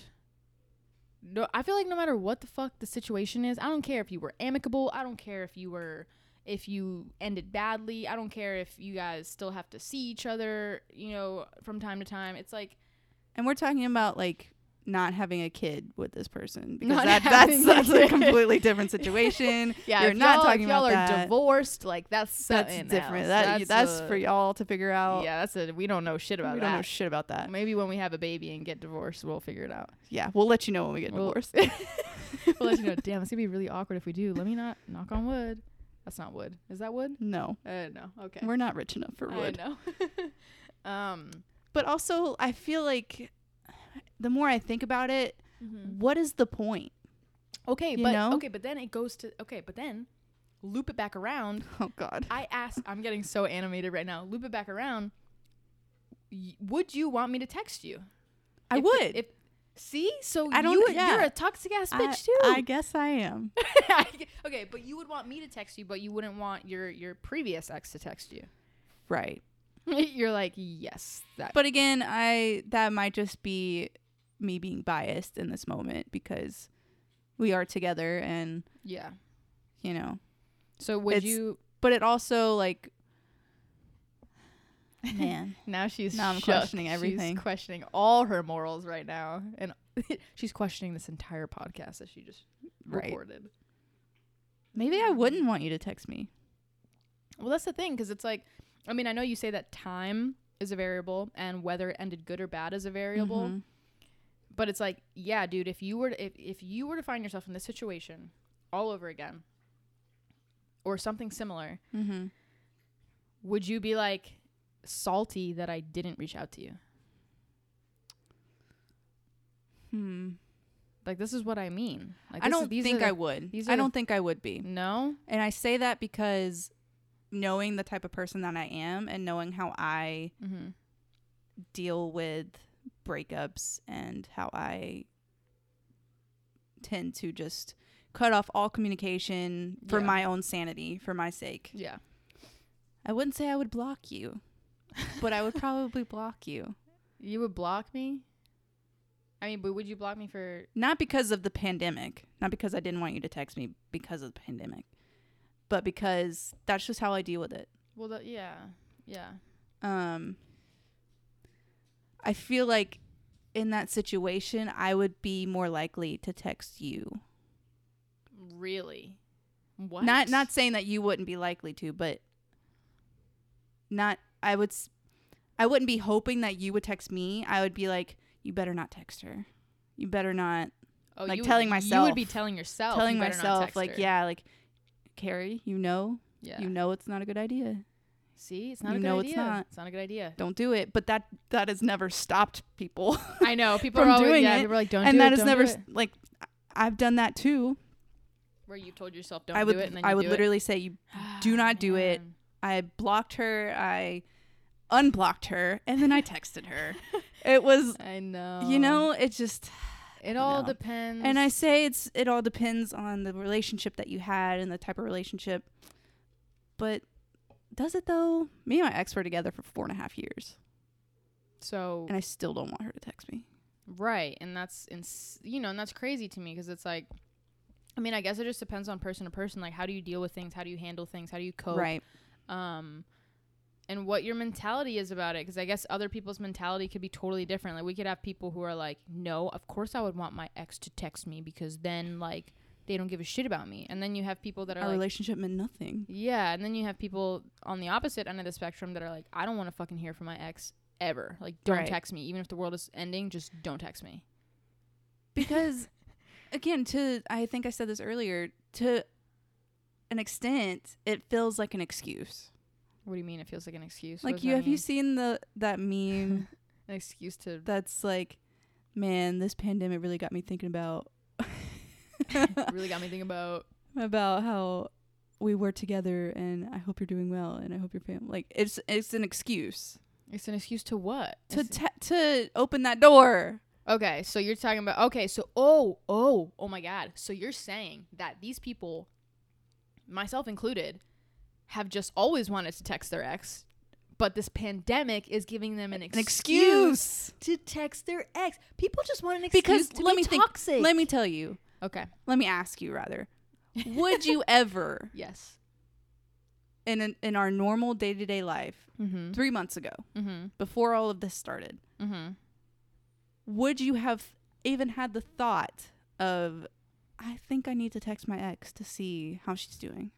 Speaker 2: No, I feel like no matter what the fuck the situation is, I don't care if you were amicable. I don't care if you were if you ended badly. I don't care if you guys still have to see each other, you know, from time to time. It's like
Speaker 1: And we're talking about like not having a kid with this person because
Speaker 2: Not
Speaker 1: that,
Speaker 2: [laughs] having
Speaker 1: that's
Speaker 2: a
Speaker 1: that's a
Speaker 2: kid.
Speaker 1: completely
Speaker 2: [laughs]
Speaker 1: different situation.
Speaker 2: yeah,
Speaker 1: You're
Speaker 2: if
Speaker 1: not
Speaker 2: y'all,
Speaker 1: talking
Speaker 2: if y'all
Speaker 1: about
Speaker 2: are
Speaker 1: that.
Speaker 2: divorced, like that's
Speaker 1: that's
Speaker 2: something
Speaker 1: different.
Speaker 2: else.
Speaker 1: That that's,
Speaker 2: a-
Speaker 1: for y'all to figure out.
Speaker 2: Yeah, that's it. We don't know shit about
Speaker 1: we
Speaker 2: that.
Speaker 1: don't know shit about that.
Speaker 2: Maybe when we have a baby and get divorced, we'll figure
Speaker 1: [laughs]
Speaker 2: it out.
Speaker 1: Yeah, we'll let you know when we get
Speaker 2: Well- [laughs]
Speaker 1: divorced.
Speaker 2: we'll let you know. Damn, it's gonna be really awkward if we do. Let me not knock on wood. That's not wood. Is that wood?
Speaker 1: no,
Speaker 2: Uh, no. Okay.
Speaker 1: we're not rich enough for wood. [laughs]
Speaker 2: I know. um.
Speaker 1: But also, I feel like the more I think about it,
Speaker 2: Mm-hmm.
Speaker 1: what is the
Speaker 2: [laughs]
Speaker 1: point?
Speaker 2: Okay,
Speaker 1: Mm-hmm. You
Speaker 2: but
Speaker 1: know?
Speaker 2: okay, but then it goes to okay, but then loop it back around.
Speaker 1: Oh God.
Speaker 2: I asked. I'm getting so animated right now. Loop it back around. Y- would you want me to text you?
Speaker 1: I
Speaker 2: If-
Speaker 1: would.
Speaker 2: If see, so
Speaker 1: I don't-
Speaker 2: you would-
Speaker 1: yeah.
Speaker 2: you're a toxic ass
Speaker 1: I-
Speaker 2: bitch too.
Speaker 1: I guess I
Speaker 2: [laughs]
Speaker 1: am.
Speaker 2: okay, but you would want me to text you, but you wouldn't want your your previous ex to text you. [laughs]
Speaker 1: Right.
Speaker 2: You're like, yes, that.
Speaker 1: But again, I that might just be me being biased in this moment because we are together and
Speaker 2: yeah.
Speaker 1: you know.
Speaker 2: So would
Speaker 1: It's-
Speaker 2: you?
Speaker 1: But it also like man.
Speaker 2: Now she's
Speaker 1: Now I'm
Speaker 2: shook.
Speaker 1: questioning
Speaker 2: She's
Speaker 1: everything.
Speaker 2: questioning all her morals right now, and [laughs] she's questioning this entire podcast that she just
Speaker 1: [laughs] Right.
Speaker 2: recorded.
Speaker 1: Maybe I wouldn't want you to text me.
Speaker 2: Well, that's the thing, because it's like, I mean, I know you say that time is a variable and whether it ended good or bad is a variable,
Speaker 1: Mhm.
Speaker 2: but it's like, yeah, dude, if you were to, if, if you were to find yourself in this situation all over again, or something similar,
Speaker 1: Mhm.
Speaker 2: would you be like salty that I didn't reach out to you?
Speaker 1: Hmm.
Speaker 2: Like, this is what I mean. Like,
Speaker 1: I
Speaker 2: this is-
Speaker 1: don't
Speaker 2: these are
Speaker 1: think
Speaker 2: the-
Speaker 1: I would.
Speaker 2: these are
Speaker 1: I
Speaker 2: the-
Speaker 1: don't think I would be.
Speaker 2: [laughs] No,
Speaker 1: And I say that because knowing the type of person that I am and knowing how I
Speaker 2: mm-hmm.
Speaker 1: deal with breakups and how I tend to just cut off all communication for
Speaker 2: Yeah.
Speaker 1: my own sanity, for my sake.
Speaker 2: yeah,
Speaker 1: I wouldn't say I would block you, but I would probably block you.
Speaker 2: you would block me. I mean, but would you block me for?
Speaker 1: Not because of the pandemic, not because I didn't want you to text me because of the pandemic, but because that's just how I deal with it.
Speaker 2: Well, the, yeah, yeah.
Speaker 1: um i feel like in that situation i would be more likely to text you
Speaker 2: Really? What?
Speaker 1: not not saying that you wouldn't be likely to but not i would s- i wouldn't be hoping that you would text me i would be like you better not text her you better not
Speaker 2: oh,
Speaker 1: like
Speaker 2: you
Speaker 1: telling
Speaker 2: would, You would be
Speaker 1: myself-
Speaker 2: telling yourself.
Speaker 1: telling
Speaker 2: Oh, you better not
Speaker 1: myself
Speaker 2: text
Speaker 1: like
Speaker 2: her.
Speaker 1: yeah like carrie you know
Speaker 2: yeah.
Speaker 1: you know it's not a good idea
Speaker 2: See, it's not
Speaker 1: you
Speaker 2: a good
Speaker 1: know it's
Speaker 2: idea.
Speaker 1: not.
Speaker 2: It's not a good
Speaker 1: [laughs]
Speaker 2: idea.
Speaker 1: don't do it but that that has never stopped people [laughs]
Speaker 2: I know people
Speaker 1: From
Speaker 2: are always
Speaker 1: doing
Speaker 2: yeah.
Speaker 1: it,
Speaker 2: People are like, don't
Speaker 1: and
Speaker 2: do
Speaker 1: that
Speaker 2: it.
Speaker 1: has
Speaker 2: don't
Speaker 1: never
Speaker 2: do
Speaker 1: s-
Speaker 2: it.
Speaker 1: like I- i've done that too
Speaker 2: Where you told yourself don't
Speaker 1: I would
Speaker 2: do it, and then
Speaker 1: I
Speaker 2: you
Speaker 1: would
Speaker 2: do it.
Speaker 1: literally say you do not
Speaker 2: [sighs]
Speaker 1: do it.
Speaker 2: Man.
Speaker 1: I blocked her, I unblocked her, and then I texted
Speaker 2: [laughs]
Speaker 1: her. it was
Speaker 2: I know.
Speaker 1: you know, it just
Speaker 2: it all
Speaker 1: know.
Speaker 2: depends.
Speaker 1: and I say it's it all depends on the relationship that you had and the type of relationship. But does it though? Me and my ex were together for four and a half years,
Speaker 2: so
Speaker 1: and I still don't want her to text me.
Speaker 2: Right, and that's ins- you know, and that's crazy to me because it's like, I mean, I guess it just depends on person to person. Like, how do you deal with things? How do you handle things? How do you cope?
Speaker 1: Right.
Speaker 2: Um, and what your mentality is about it, because I guess other people's mentality could be totally different. Like, we could have people who are like, no, of course I would want my ex to text me because then like they don't give a shit about me. And then you have people that are
Speaker 1: Our
Speaker 2: like,
Speaker 1: relationship meant
Speaker 2: [laughs]
Speaker 1: nothing.
Speaker 2: yeah, and then you have people on the opposite end of the spectrum that are like, I don't want to fucking hear from my ex ever. Like, don't
Speaker 1: Right.
Speaker 2: text me, even if the world is ending. Just don't text me.
Speaker 1: because again to i think i said this earlier to an extent it feels like an excuse
Speaker 2: What do you mean? It feels like an excuse. What
Speaker 1: like
Speaker 2: does
Speaker 1: you
Speaker 2: that
Speaker 1: have you
Speaker 2: mean?
Speaker 1: seen the that
Speaker 2: [laughs]
Speaker 1: meme
Speaker 2: an
Speaker 1: [laughs]
Speaker 2: excuse to
Speaker 1: that's like man this pandemic really got me thinking about
Speaker 2: [laughs] really got me thinking about.
Speaker 1: [laughs] about how we were together and i hope you're doing well and i hope your family like it's it's an excuse
Speaker 2: It's an excuse to what?
Speaker 1: to
Speaker 2: It's-
Speaker 1: te- to open that door
Speaker 2: okay, so you're talking about okay, so oh oh oh my god, so you're saying that these people, myself included, have just always wanted to text their ex, but this pandemic is giving them an excuse,
Speaker 1: an excuse
Speaker 2: to text their ex. People just want an excuse
Speaker 1: because
Speaker 2: to
Speaker 1: let
Speaker 2: be
Speaker 1: me think
Speaker 2: toxic.
Speaker 1: let me tell you
Speaker 2: okay.
Speaker 1: let me ask you rather would you ever
Speaker 2: [laughs] Yes.
Speaker 1: in an, in our normal day-to-day life
Speaker 2: Mm-hmm.
Speaker 1: 3 months ago
Speaker 2: Mm-hmm.
Speaker 1: before all of this started
Speaker 2: Mm-hmm.
Speaker 1: would you have even had the thought of I think I need to text my ex to see how she's doing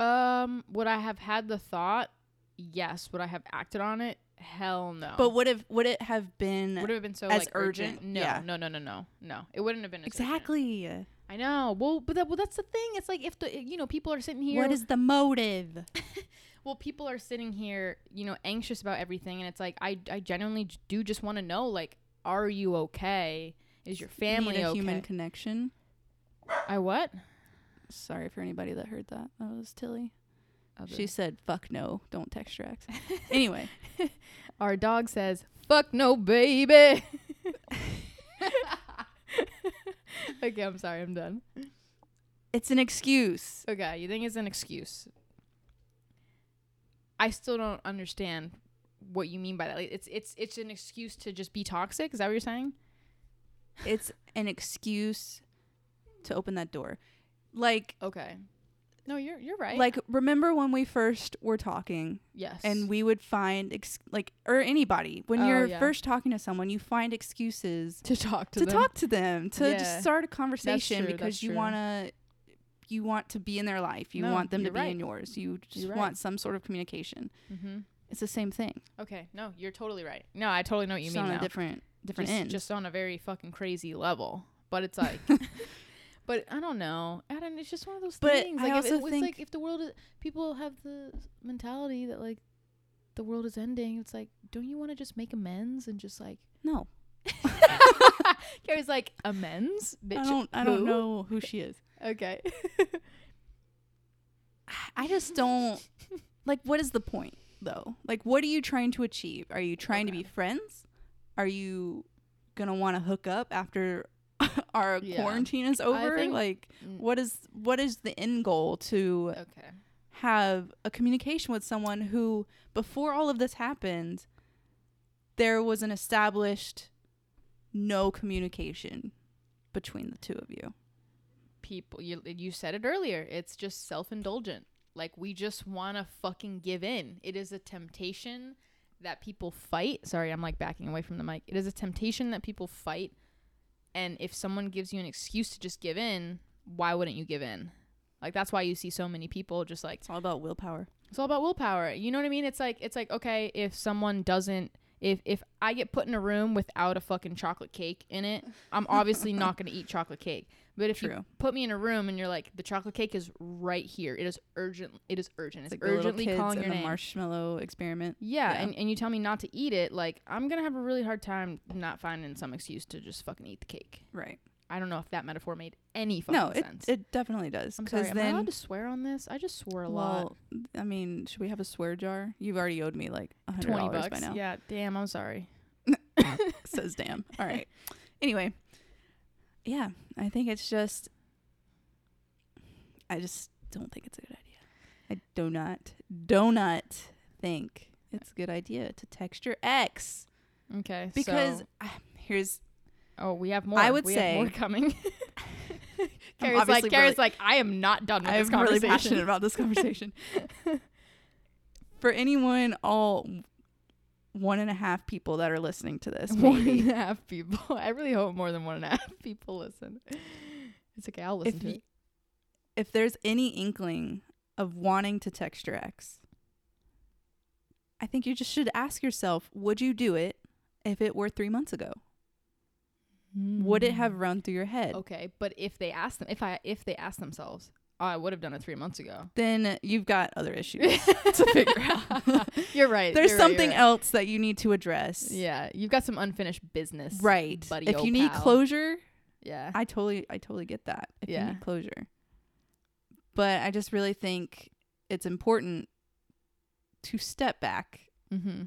Speaker 2: Um, would I have had the thought? Yes. Would I have acted on it? Hell no.
Speaker 1: but would have would it have been
Speaker 2: would it have been so
Speaker 1: as
Speaker 2: like urgent?
Speaker 1: urgent,
Speaker 2: No,
Speaker 1: yeah.
Speaker 2: no, no, no, no, no. It wouldn't have been as urgent.
Speaker 1: exactly
Speaker 2: I know. Well, but that, well, that's the thing. It's like if the you know people are sitting here.
Speaker 1: what is the motive
Speaker 2: well, people are sitting here, you know, anxious about everything, and it's like I I genuinely j- do just want to know like, are you okay? Is your family
Speaker 1: Need a
Speaker 2: okay?
Speaker 1: human connection
Speaker 2: I what?
Speaker 1: sorry for anybody that heard that that was Tilly she
Speaker 2: She's
Speaker 1: said fuck no don't text your
Speaker 2: [laughs]
Speaker 1: ex anyway
Speaker 2: our dog says fuck no [laughs] baby. okay, I'm sorry. I'm done.
Speaker 1: it's an excuse
Speaker 2: Okay, you think it's an excuse? I still don't understand what you mean by that. Like, it's it's it's an excuse to just be toxic. Is that what you're saying?
Speaker 1: it's an excuse to open that door like
Speaker 2: Okay. No, you're you're right.
Speaker 1: like remember when we first were talking
Speaker 2: yes,
Speaker 1: and we would find ex- like or anybody when
Speaker 2: Oh,
Speaker 1: you're
Speaker 2: yeah.
Speaker 1: first talking to someone you find excuses
Speaker 2: to talk to
Speaker 1: to
Speaker 2: them.
Speaker 1: talk to them to
Speaker 2: Yeah.
Speaker 1: just start a conversation
Speaker 2: true,
Speaker 1: because
Speaker 2: that's
Speaker 1: you
Speaker 2: true.
Speaker 1: want to you want to be in their life. You
Speaker 2: No,
Speaker 1: want them to
Speaker 2: you're
Speaker 1: be
Speaker 2: right.
Speaker 1: in yours. You just
Speaker 2: You're right.
Speaker 1: want some sort of communication.
Speaker 2: Mm-hmm.
Speaker 1: It's the same thing.
Speaker 2: Okay. No, you're totally right. No, I totally know what you
Speaker 1: just
Speaker 2: mean
Speaker 1: on
Speaker 2: now.
Speaker 1: a different different
Speaker 2: just,
Speaker 1: end.
Speaker 2: just on a very fucking crazy level. But it's
Speaker 1: [laughs]
Speaker 2: like, [laughs] but I don't know. I don't. It's just one of those
Speaker 1: But
Speaker 2: things.
Speaker 1: I
Speaker 2: Like, if it
Speaker 1: also
Speaker 2: was
Speaker 1: think-
Speaker 2: like if the world is, people have the mentality that like the world is ending. It's like, don't you want to just make amends and just
Speaker 1: [laughs]
Speaker 2: like.
Speaker 1: no,
Speaker 2: Carrie's like amends. Bitch.
Speaker 1: I don't. I don't
Speaker 2: who?
Speaker 1: know who she is.
Speaker 2: Okay. [laughs]
Speaker 1: I just don't like. What is the point though? Like, what are you trying to achieve? Are you trying to
Speaker 2: Okay.
Speaker 1: be friends? Are you gonna want to hook up after [laughs] our
Speaker 2: Yeah.
Speaker 1: quarantine is over?
Speaker 2: think-
Speaker 1: like,
Speaker 2: Mm,
Speaker 1: what is what is the end goal to
Speaker 2: okay.
Speaker 1: have a communication with someone who, before all of this happened, there was an established no communication between the two of you.
Speaker 2: people you you said it earlier it's just self-indulgent like we just want to fucking give in it is a temptation that people fight sorry i'm like backing away from the mic it is a temptation that people fight and if someone gives you an excuse to just give in why wouldn't you give in like that's why you see so many people just like
Speaker 1: It's all about willpower.
Speaker 2: it's all about willpower. You know what I mean? It's like it's like okay, if someone doesn't if if I get put in a room without a fucking chocolate cake in it, I'm obviously not going to eat chocolate cake. But if you
Speaker 1: True.
Speaker 2: put me in a room and you're like the chocolate cake is right here. It is urgent. It is urgent. It's,
Speaker 1: It's like
Speaker 2: urgently
Speaker 1: the little kids
Speaker 2: calling
Speaker 1: and
Speaker 2: your
Speaker 1: the
Speaker 2: name.
Speaker 1: marshmallow experiment.
Speaker 2: yeah,
Speaker 1: Yeah.
Speaker 2: And, and you tell me not to eat it, like I'm gonna have a really hard time not finding some excuse to just fucking eat the cake.
Speaker 1: Right.
Speaker 2: I don't know if that metaphor made any fucking
Speaker 1: No, it,
Speaker 2: sense.
Speaker 1: it definitely does.
Speaker 2: I'm
Speaker 1: 'cause
Speaker 2: sorry. Am I allowed to swear on this? I just swore a lot.
Speaker 1: well, I mean, should we have a swear jar? You've already owed me like a hundred
Speaker 2: Twenty
Speaker 1: dollars
Speaker 2: bucks.
Speaker 1: by now.
Speaker 2: Yeah. Damn. I'm sorry.
Speaker 1: [laughs] Says
Speaker 2: [laughs]
Speaker 1: damn. All right. Anyway, yeah, I think it's just, I just don't think it's a good idea. I do not, do not think it's a good idea to text your ex
Speaker 2: Okay.
Speaker 1: because
Speaker 2: so-
Speaker 1: I, here's
Speaker 2: oh, we have more.
Speaker 1: I would
Speaker 2: we have
Speaker 1: say-
Speaker 2: more coming. [laughs]
Speaker 1: obviously
Speaker 2: Carrie's like,
Speaker 1: really-
Speaker 2: Carrie's like, I am not done with this
Speaker 1: I'm really
Speaker 2: conversation.
Speaker 1: passionate about this conversation. [laughs] For anyone, all one and a half people that are listening to this,
Speaker 2: one
Speaker 1: maybe
Speaker 2: and a half people. [laughs] I really hope more than one and a half people listen. It's okay. I'll listen
Speaker 1: If
Speaker 2: to
Speaker 1: y-
Speaker 2: it.
Speaker 1: if there's any inkling of wanting to text your ex, I think you just should ask yourself, would you do it if it were three months ago? Would it
Speaker 2: Mm.
Speaker 1: have run through your head?
Speaker 2: Hmm. Okay, but if they ask them, if I, if they ask themselves, oh, I would have done it three months ago.
Speaker 1: Then you've got other
Speaker 2: [laughs]
Speaker 1: issues [laughs] to figure out.
Speaker 2: You're right.
Speaker 1: there's
Speaker 2: you're right, you're
Speaker 1: something
Speaker 2: right.
Speaker 1: else that you need to address.
Speaker 2: Yeah, you've got some unfinished business.
Speaker 1: Right.
Speaker 2: buddy
Speaker 1: if
Speaker 2: old
Speaker 1: you need
Speaker 2: pal.
Speaker 1: closure,
Speaker 2: Yeah.
Speaker 1: I totally I totally get that. If
Speaker 2: Yeah.
Speaker 1: you need closure. But I just really think it's important to step back
Speaker 2: mm-hmm.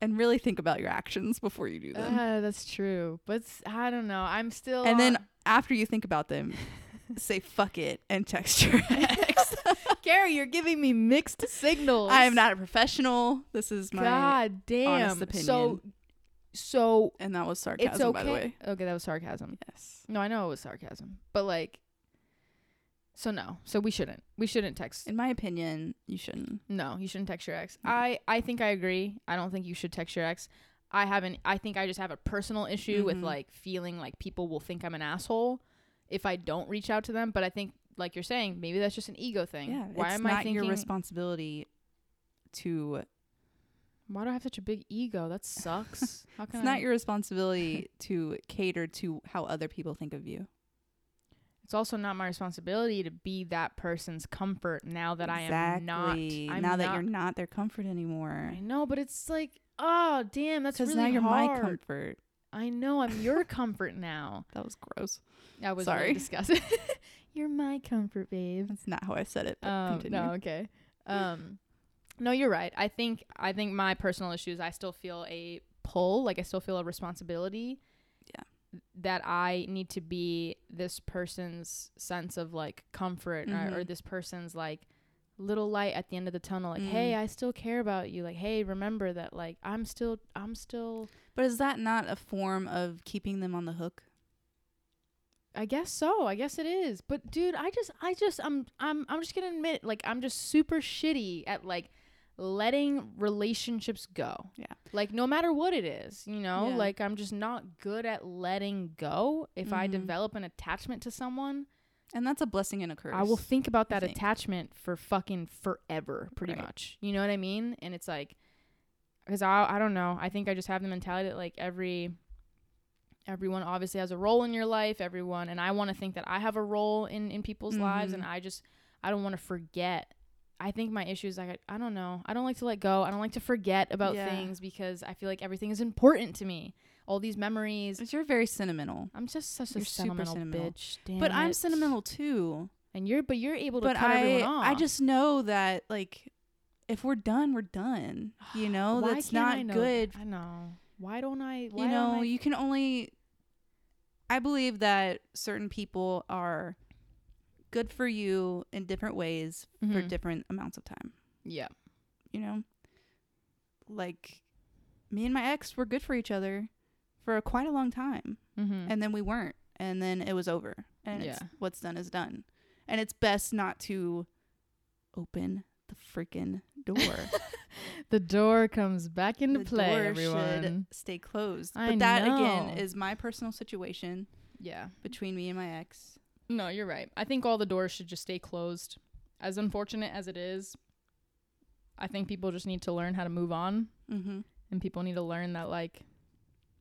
Speaker 1: and really think about your actions before you do them.
Speaker 2: Uh, that's true, but s- I don't know. I'm still
Speaker 1: and then
Speaker 2: on-
Speaker 1: after you think about
Speaker 2: [laughs]
Speaker 1: them, say fuck it and text your
Speaker 2: [laughs]
Speaker 1: ex.
Speaker 2: Gary, you're giving me mixed signals.
Speaker 1: I am not a professional. This is my
Speaker 2: God damn.
Speaker 1: honest opinion.
Speaker 2: So, so
Speaker 1: and that was sarcasm
Speaker 2: it's okay.
Speaker 1: by the way.
Speaker 2: Okay, that was sarcasm.
Speaker 1: Yes.
Speaker 2: No, I know it was sarcasm, but like, so no. So we shouldn't. We shouldn't text.
Speaker 1: In my opinion, you shouldn't.
Speaker 2: No, you shouldn't text your ex.
Speaker 1: No.
Speaker 2: I I think I agree. I don't think you should text your ex. I haven't. I think I just have a personal issue with
Speaker 1: Mhm.
Speaker 2: like feeling like people will think I'm an asshole if I don't reach out to them. But I think, like you're saying, maybe that's just an ego thing.
Speaker 1: Yeah.
Speaker 2: Why
Speaker 1: it's
Speaker 2: am
Speaker 1: not
Speaker 2: I thinking?
Speaker 1: your responsibility to
Speaker 2: why do I have such a big
Speaker 1: [laughs]
Speaker 2: ego? That sucks. How can
Speaker 1: it's
Speaker 2: I?
Speaker 1: not your
Speaker 2: [laughs]
Speaker 1: responsibility to cater to how other people think of you.
Speaker 2: it's also not my responsibility to be that person's comfort now that I am not.
Speaker 1: Exactly.
Speaker 2: I'm
Speaker 1: now that
Speaker 2: not-
Speaker 1: you're not their comfort anymore.
Speaker 2: I know, but it's like, oh damn, that's
Speaker 1: Because
Speaker 2: really
Speaker 1: now you're
Speaker 2: hard.
Speaker 1: my comfort.
Speaker 2: I know, I'm your comfort now.
Speaker 1: That was gross. [laughs]
Speaker 2: I was
Speaker 1: Sorry.
Speaker 2: really disgusting. [laughs] you're my comfort, babe.
Speaker 1: That's not how I said it. But
Speaker 2: Um,
Speaker 1: continue.
Speaker 2: no, okay. Um, no, you're right. I think I think my personal issues. I still feel a pull, like I still feel a responsibility.
Speaker 1: Yeah.
Speaker 2: That I need to be this person's sense of like comfort or, or
Speaker 1: Mhm.
Speaker 2: this person's like little light at the end of the tunnel. Like, hey,
Speaker 1: Mm.
Speaker 2: I still care about you. Like, hey, remember that. Like, I'm still, I'm still.
Speaker 1: But is that not a form of keeping them on the hook?
Speaker 2: I guess so. I guess it is. But dude, I just I just I'm I'm I'm just gonna admit, like I'm just super shitty at like letting relationships go.
Speaker 1: Yeah.
Speaker 2: Like no matter what it is, you know,
Speaker 1: Yeah.
Speaker 2: like I'm just not good at letting go. If I
Speaker 1: Mhm.
Speaker 2: develop an attachment to someone,
Speaker 1: And that's a blessing and a curse.
Speaker 2: I will think about that
Speaker 1: think.
Speaker 2: attachment for fucking forever, pretty
Speaker 1: Right.
Speaker 2: much. You know what I mean? And it's like, because I I don't know. I think I just have the mentality that like every everyone obviously has a role in your life, everyone, and I want to think that I have a role in in people's
Speaker 1: Mm-hmm.
Speaker 2: lives, and I just I don't want to forget. I think my issue is like I, I don't know. I don't like to let go. I don't like to forget about
Speaker 1: Yeah.
Speaker 2: things because I feel like everything is important to me. All these memories.
Speaker 1: But you're very sentimental.
Speaker 2: I'm just such a
Speaker 1: You're super
Speaker 2: sentimental,
Speaker 1: sentimental.
Speaker 2: bitch. Damn
Speaker 1: but I'm
Speaker 2: it.
Speaker 1: sentimental too.
Speaker 2: And you're but you're able to
Speaker 1: But
Speaker 2: cut
Speaker 1: I
Speaker 2: everyone off.
Speaker 1: I just know that like if we're done, we're done.
Speaker 2: [sighs] [gasps]
Speaker 1: You know,
Speaker 2: Why
Speaker 1: that's
Speaker 2: can't
Speaker 1: not
Speaker 2: I know
Speaker 1: good.
Speaker 2: that? I know. Why don't I? Why
Speaker 1: You know,
Speaker 2: don't I,
Speaker 1: you can only I believe that certain people are good for you in different ways for
Speaker 2: Mhm.
Speaker 1: different amounts of time,
Speaker 2: yeah,
Speaker 1: you know? Like me and my ex were good for each other for quite a long time.
Speaker 2: mm-hmm.
Speaker 1: and then we weren't and then it was over and it's,
Speaker 2: Yeah.
Speaker 1: what's done is done and it's best not to open the freaking door
Speaker 2: the door comes back into
Speaker 1: the
Speaker 2: [laughs] play.
Speaker 1: door should
Speaker 2: everyone.
Speaker 1: stay closed
Speaker 2: I
Speaker 1: but that again
Speaker 2: know.
Speaker 1: is my personal situation
Speaker 2: Yeah.
Speaker 1: between me and my ex
Speaker 2: No, you're right. I think all the doors should just stay closed. As unfortunate as it is, I think people just need to learn how to move on,
Speaker 1: mm-hmm.
Speaker 2: and people need to learn that like.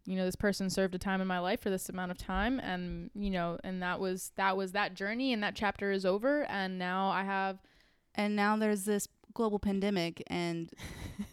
Speaker 2: You know, this person served a time in my life for this amount of time, and you know, and that was that was that journey, and that chapter is over, and now I have
Speaker 1: and now there's this global pandemic [laughs] and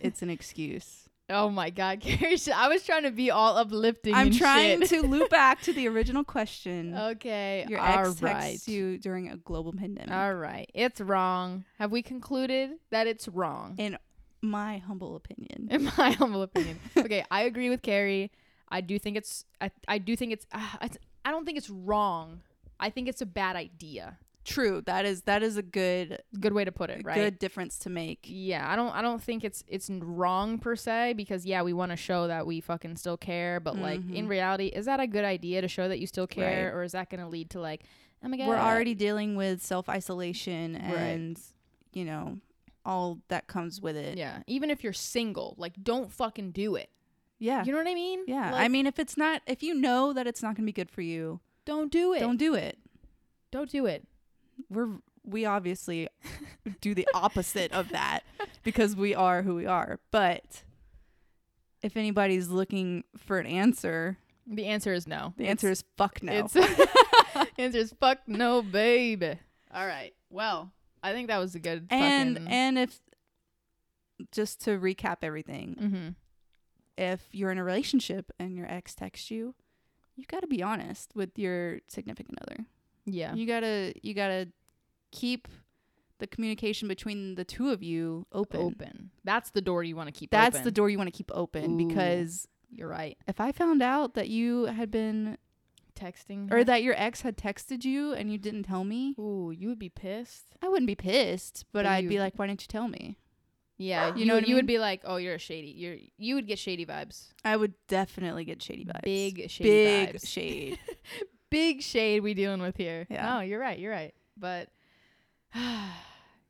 Speaker 1: it's an excuse
Speaker 2: Oh my God, [laughs] Carrie! sh- I was trying to be all uplifting.
Speaker 1: i'm
Speaker 2: and
Speaker 1: trying
Speaker 2: shit.
Speaker 1: to
Speaker 2: [laughs]
Speaker 1: loop back to the original [laughs] question
Speaker 2: Okay.
Speaker 1: your
Speaker 2: all
Speaker 1: ex
Speaker 2: right.
Speaker 1: texts you during a global pandemic
Speaker 2: All right. It's wrong. Have we concluded that it's wrong?
Speaker 1: in my humble opinion
Speaker 2: [laughs] In my humble
Speaker 1: [laughs]
Speaker 2: opinion. Okay, I agree with Carrie. I do think it's. I, I do think it's. Uh, it's. I don't think it's wrong. I think it's a bad idea.
Speaker 1: True. That is that is a good
Speaker 2: Good way to put
Speaker 1: a
Speaker 2: it, right?
Speaker 1: good difference to make.
Speaker 2: Yeah, I don't I don't think it's it's n- wrong per se because yeah, we want to show that we fucking still care, but like
Speaker 1: Mm-hmm.
Speaker 2: in reality, is that a good idea to show that you still care or is that going to lead to like oh my god,
Speaker 1: We're already dealing with self isolation and you know all that comes with it.
Speaker 2: [laughs] Yeah, even if you're single, like don't fucking do it.
Speaker 1: Yeah.
Speaker 2: You know what I mean?
Speaker 1: yeah.
Speaker 2: Like,
Speaker 1: I mean, if it's not, if you know that it's not going to be good for you,
Speaker 2: don't do it.
Speaker 1: don't
Speaker 2: Don't
Speaker 1: do it.
Speaker 2: don't do it.
Speaker 1: We're we
Speaker 2: [laughs]
Speaker 1: obviously do the opposite of that because we are who we are. But if anybody's looking for an answer,
Speaker 2: The answer is no.
Speaker 1: the answer is fuck no. [laughs]
Speaker 2: It's [laughs] answer is fuck no, baby. All right. Well, I think that was a good
Speaker 1: and
Speaker 2: fucking
Speaker 1: and if just to recap everything,
Speaker 2: mm-hmm.
Speaker 1: if you're in a relationship and your ex texts you, you got to be honest with your significant other.
Speaker 2: Yeah.
Speaker 1: You got to you got to keep the communication between the two of you open.
Speaker 2: Open. That's the door you want to keep
Speaker 1: That's
Speaker 2: open.
Speaker 1: the door you want to keep open
Speaker 2: Ooh.
Speaker 1: because
Speaker 2: You're right.
Speaker 1: if I found out that you had been
Speaker 2: Texting.
Speaker 1: or that your ex had texted you and you didn't tell me,
Speaker 2: Ooh, you would be pissed.
Speaker 1: I wouldn't be pissed, but
Speaker 2: But
Speaker 1: I'd
Speaker 2: you-
Speaker 1: be like, why didn't you tell me? [gasps]
Speaker 2: Yeah,
Speaker 1: You
Speaker 2: you,
Speaker 1: know
Speaker 2: know,
Speaker 1: what I
Speaker 2: you
Speaker 1: mean?
Speaker 2: would be like, "Oh, you're a shady." You're you would get shady vibes.
Speaker 1: I would definitely get shady vibes.
Speaker 2: Big shady
Speaker 1: big [laughs]
Speaker 2: vibes.
Speaker 1: shade.
Speaker 2: Big shade we dealing with here.
Speaker 1: Yeah.
Speaker 2: No, you're right. You're right. But [sighs]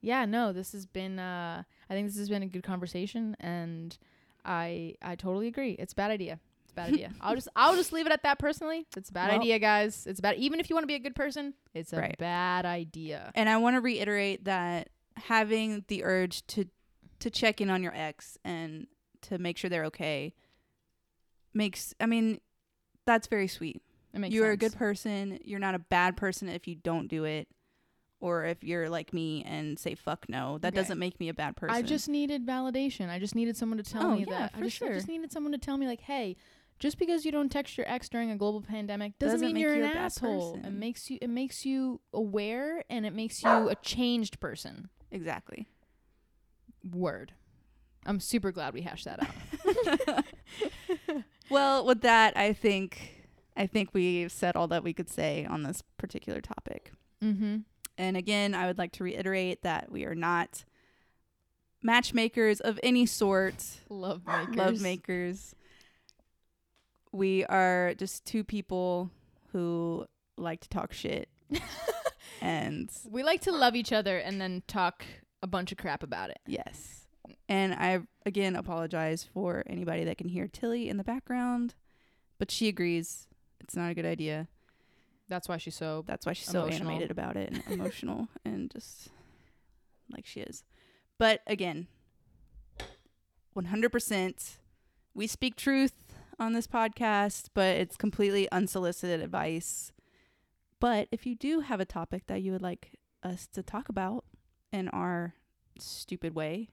Speaker 2: yeah, no, this has been. Uh, I think this has been a good conversation, and I I totally agree. It's a bad idea. It's a bad idea. I'll just I'll just leave it at that. Personally, it's a bad
Speaker 1: Well-
Speaker 2: idea, guys. It's bad. Even if you want to be a good person, it's a
Speaker 1: Right.
Speaker 2: bad idea.
Speaker 1: And I want to reiterate that having the urge to to check in on your ex and to make sure they're okay makes I mean that's very sweet.
Speaker 2: It makes
Speaker 1: You're a
Speaker 2: sense.
Speaker 1: good person. You're not a bad person if you don't do it or if you're like me and say fuck no. That
Speaker 2: Okay.
Speaker 1: doesn't make me a bad person.
Speaker 2: I just needed validation. I just needed someone to tell
Speaker 1: Oh,
Speaker 2: me
Speaker 1: yeah,
Speaker 2: that. I
Speaker 1: for
Speaker 2: just, I
Speaker 1: sure.
Speaker 2: just needed someone to tell me like, hey, just because you don't text your ex during a global pandemic doesn't,
Speaker 1: Doesn't
Speaker 2: mean
Speaker 1: make
Speaker 2: you're
Speaker 1: you
Speaker 2: an
Speaker 1: a bad
Speaker 2: asshole. It
Speaker 1: person.
Speaker 2: makes you it makes you aware and it makes you a changed person. [laughs]
Speaker 1: exactly. [laughs]
Speaker 2: Word. I'm super glad we hashed that
Speaker 1: [laughs]
Speaker 2: out.
Speaker 1: Well, with that, I think I think we've said all that we could say on this particular topic.
Speaker 2: mm-hmm.
Speaker 1: And again, I would like to reiterate that we are not matchmakers of any sort,
Speaker 2: Love makers.
Speaker 1: love
Speaker 2: [laughs]
Speaker 1: makers. We are just two people who like to talk shit. and
Speaker 2: We like to love each other and then talk a bunch of crap about it.
Speaker 1: yes. And I again apologize for anybody that can hear Tilly in the background, but she agrees it's not a good idea.
Speaker 2: That's why she's so.
Speaker 1: That's why she's so
Speaker 2: Emotional.
Speaker 1: animated about it and emotional and just like she is. But again, 100% we speak truth on this podcast, but it's completely unsolicited advice. But if you do have a topic that you would like us to talk about in our stupid way,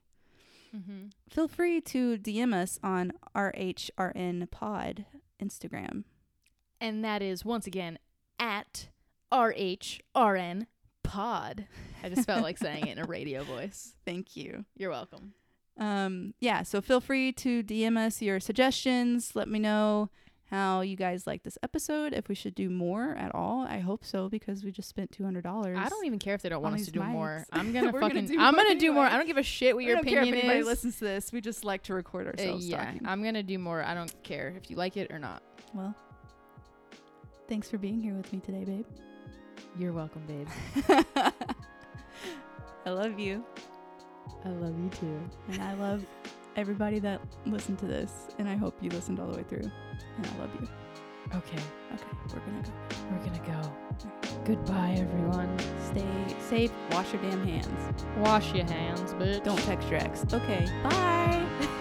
Speaker 2: Mm-hmm.
Speaker 1: feel free to DM us on RHRN pod Instagram.
Speaker 2: And that is once again at RHRN pod. I just felt like
Speaker 1: [laughs]
Speaker 2: saying it in a radio voice.
Speaker 1: Thank you.
Speaker 2: You're welcome.
Speaker 1: Um, yeah, so feel free to DM us your suggestions. Let me know how you guys like this episode, if we should do more at all. I hope so because we just spent $200.
Speaker 2: I don't even care if they don't want
Speaker 1: on
Speaker 2: us to
Speaker 1: these
Speaker 2: do
Speaker 1: mics.
Speaker 2: more.
Speaker 1: [laughs]
Speaker 2: I'm gonna
Speaker 1: We're gonna
Speaker 2: fucking.
Speaker 1: do
Speaker 2: I'm
Speaker 1: more
Speaker 2: gonna do more.
Speaker 1: anyway.
Speaker 2: I don't give a shit what
Speaker 1: We
Speaker 2: your
Speaker 1: don't care if
Speaker 2: opinion
Speaker 1: anybody
Speaker 2: is.
Speaker 1: listens to this. We just like to record
Speaker 2: Uh,
Speaker 1: ourselves
Speaker 2: yeah,
Speaker 1: talking.
Speaker 2: I'm gonna do more. I don't care if you like it or not.
Speaker 1: well, thanks for being here with me today, [laughs] babe.
Speaker 2: You're welcome, babe.
Speaker 1: I love you,
Speaker 2: I love you too.
Speaker 1: and I love everybody that listened to this, and I hope you listened all the way through. And I love you.
Speaker 2: Okay,
Speaker 1: Okay, we're gonna go.
Speaker 2: we're gonna go. Goodbye, everyone.
Speaker 1: Stay safe. Wash your damn hands.
Speaker 2: Wash your hands, bitch.
Speaker 1: Don't text your ex. Okay, bye.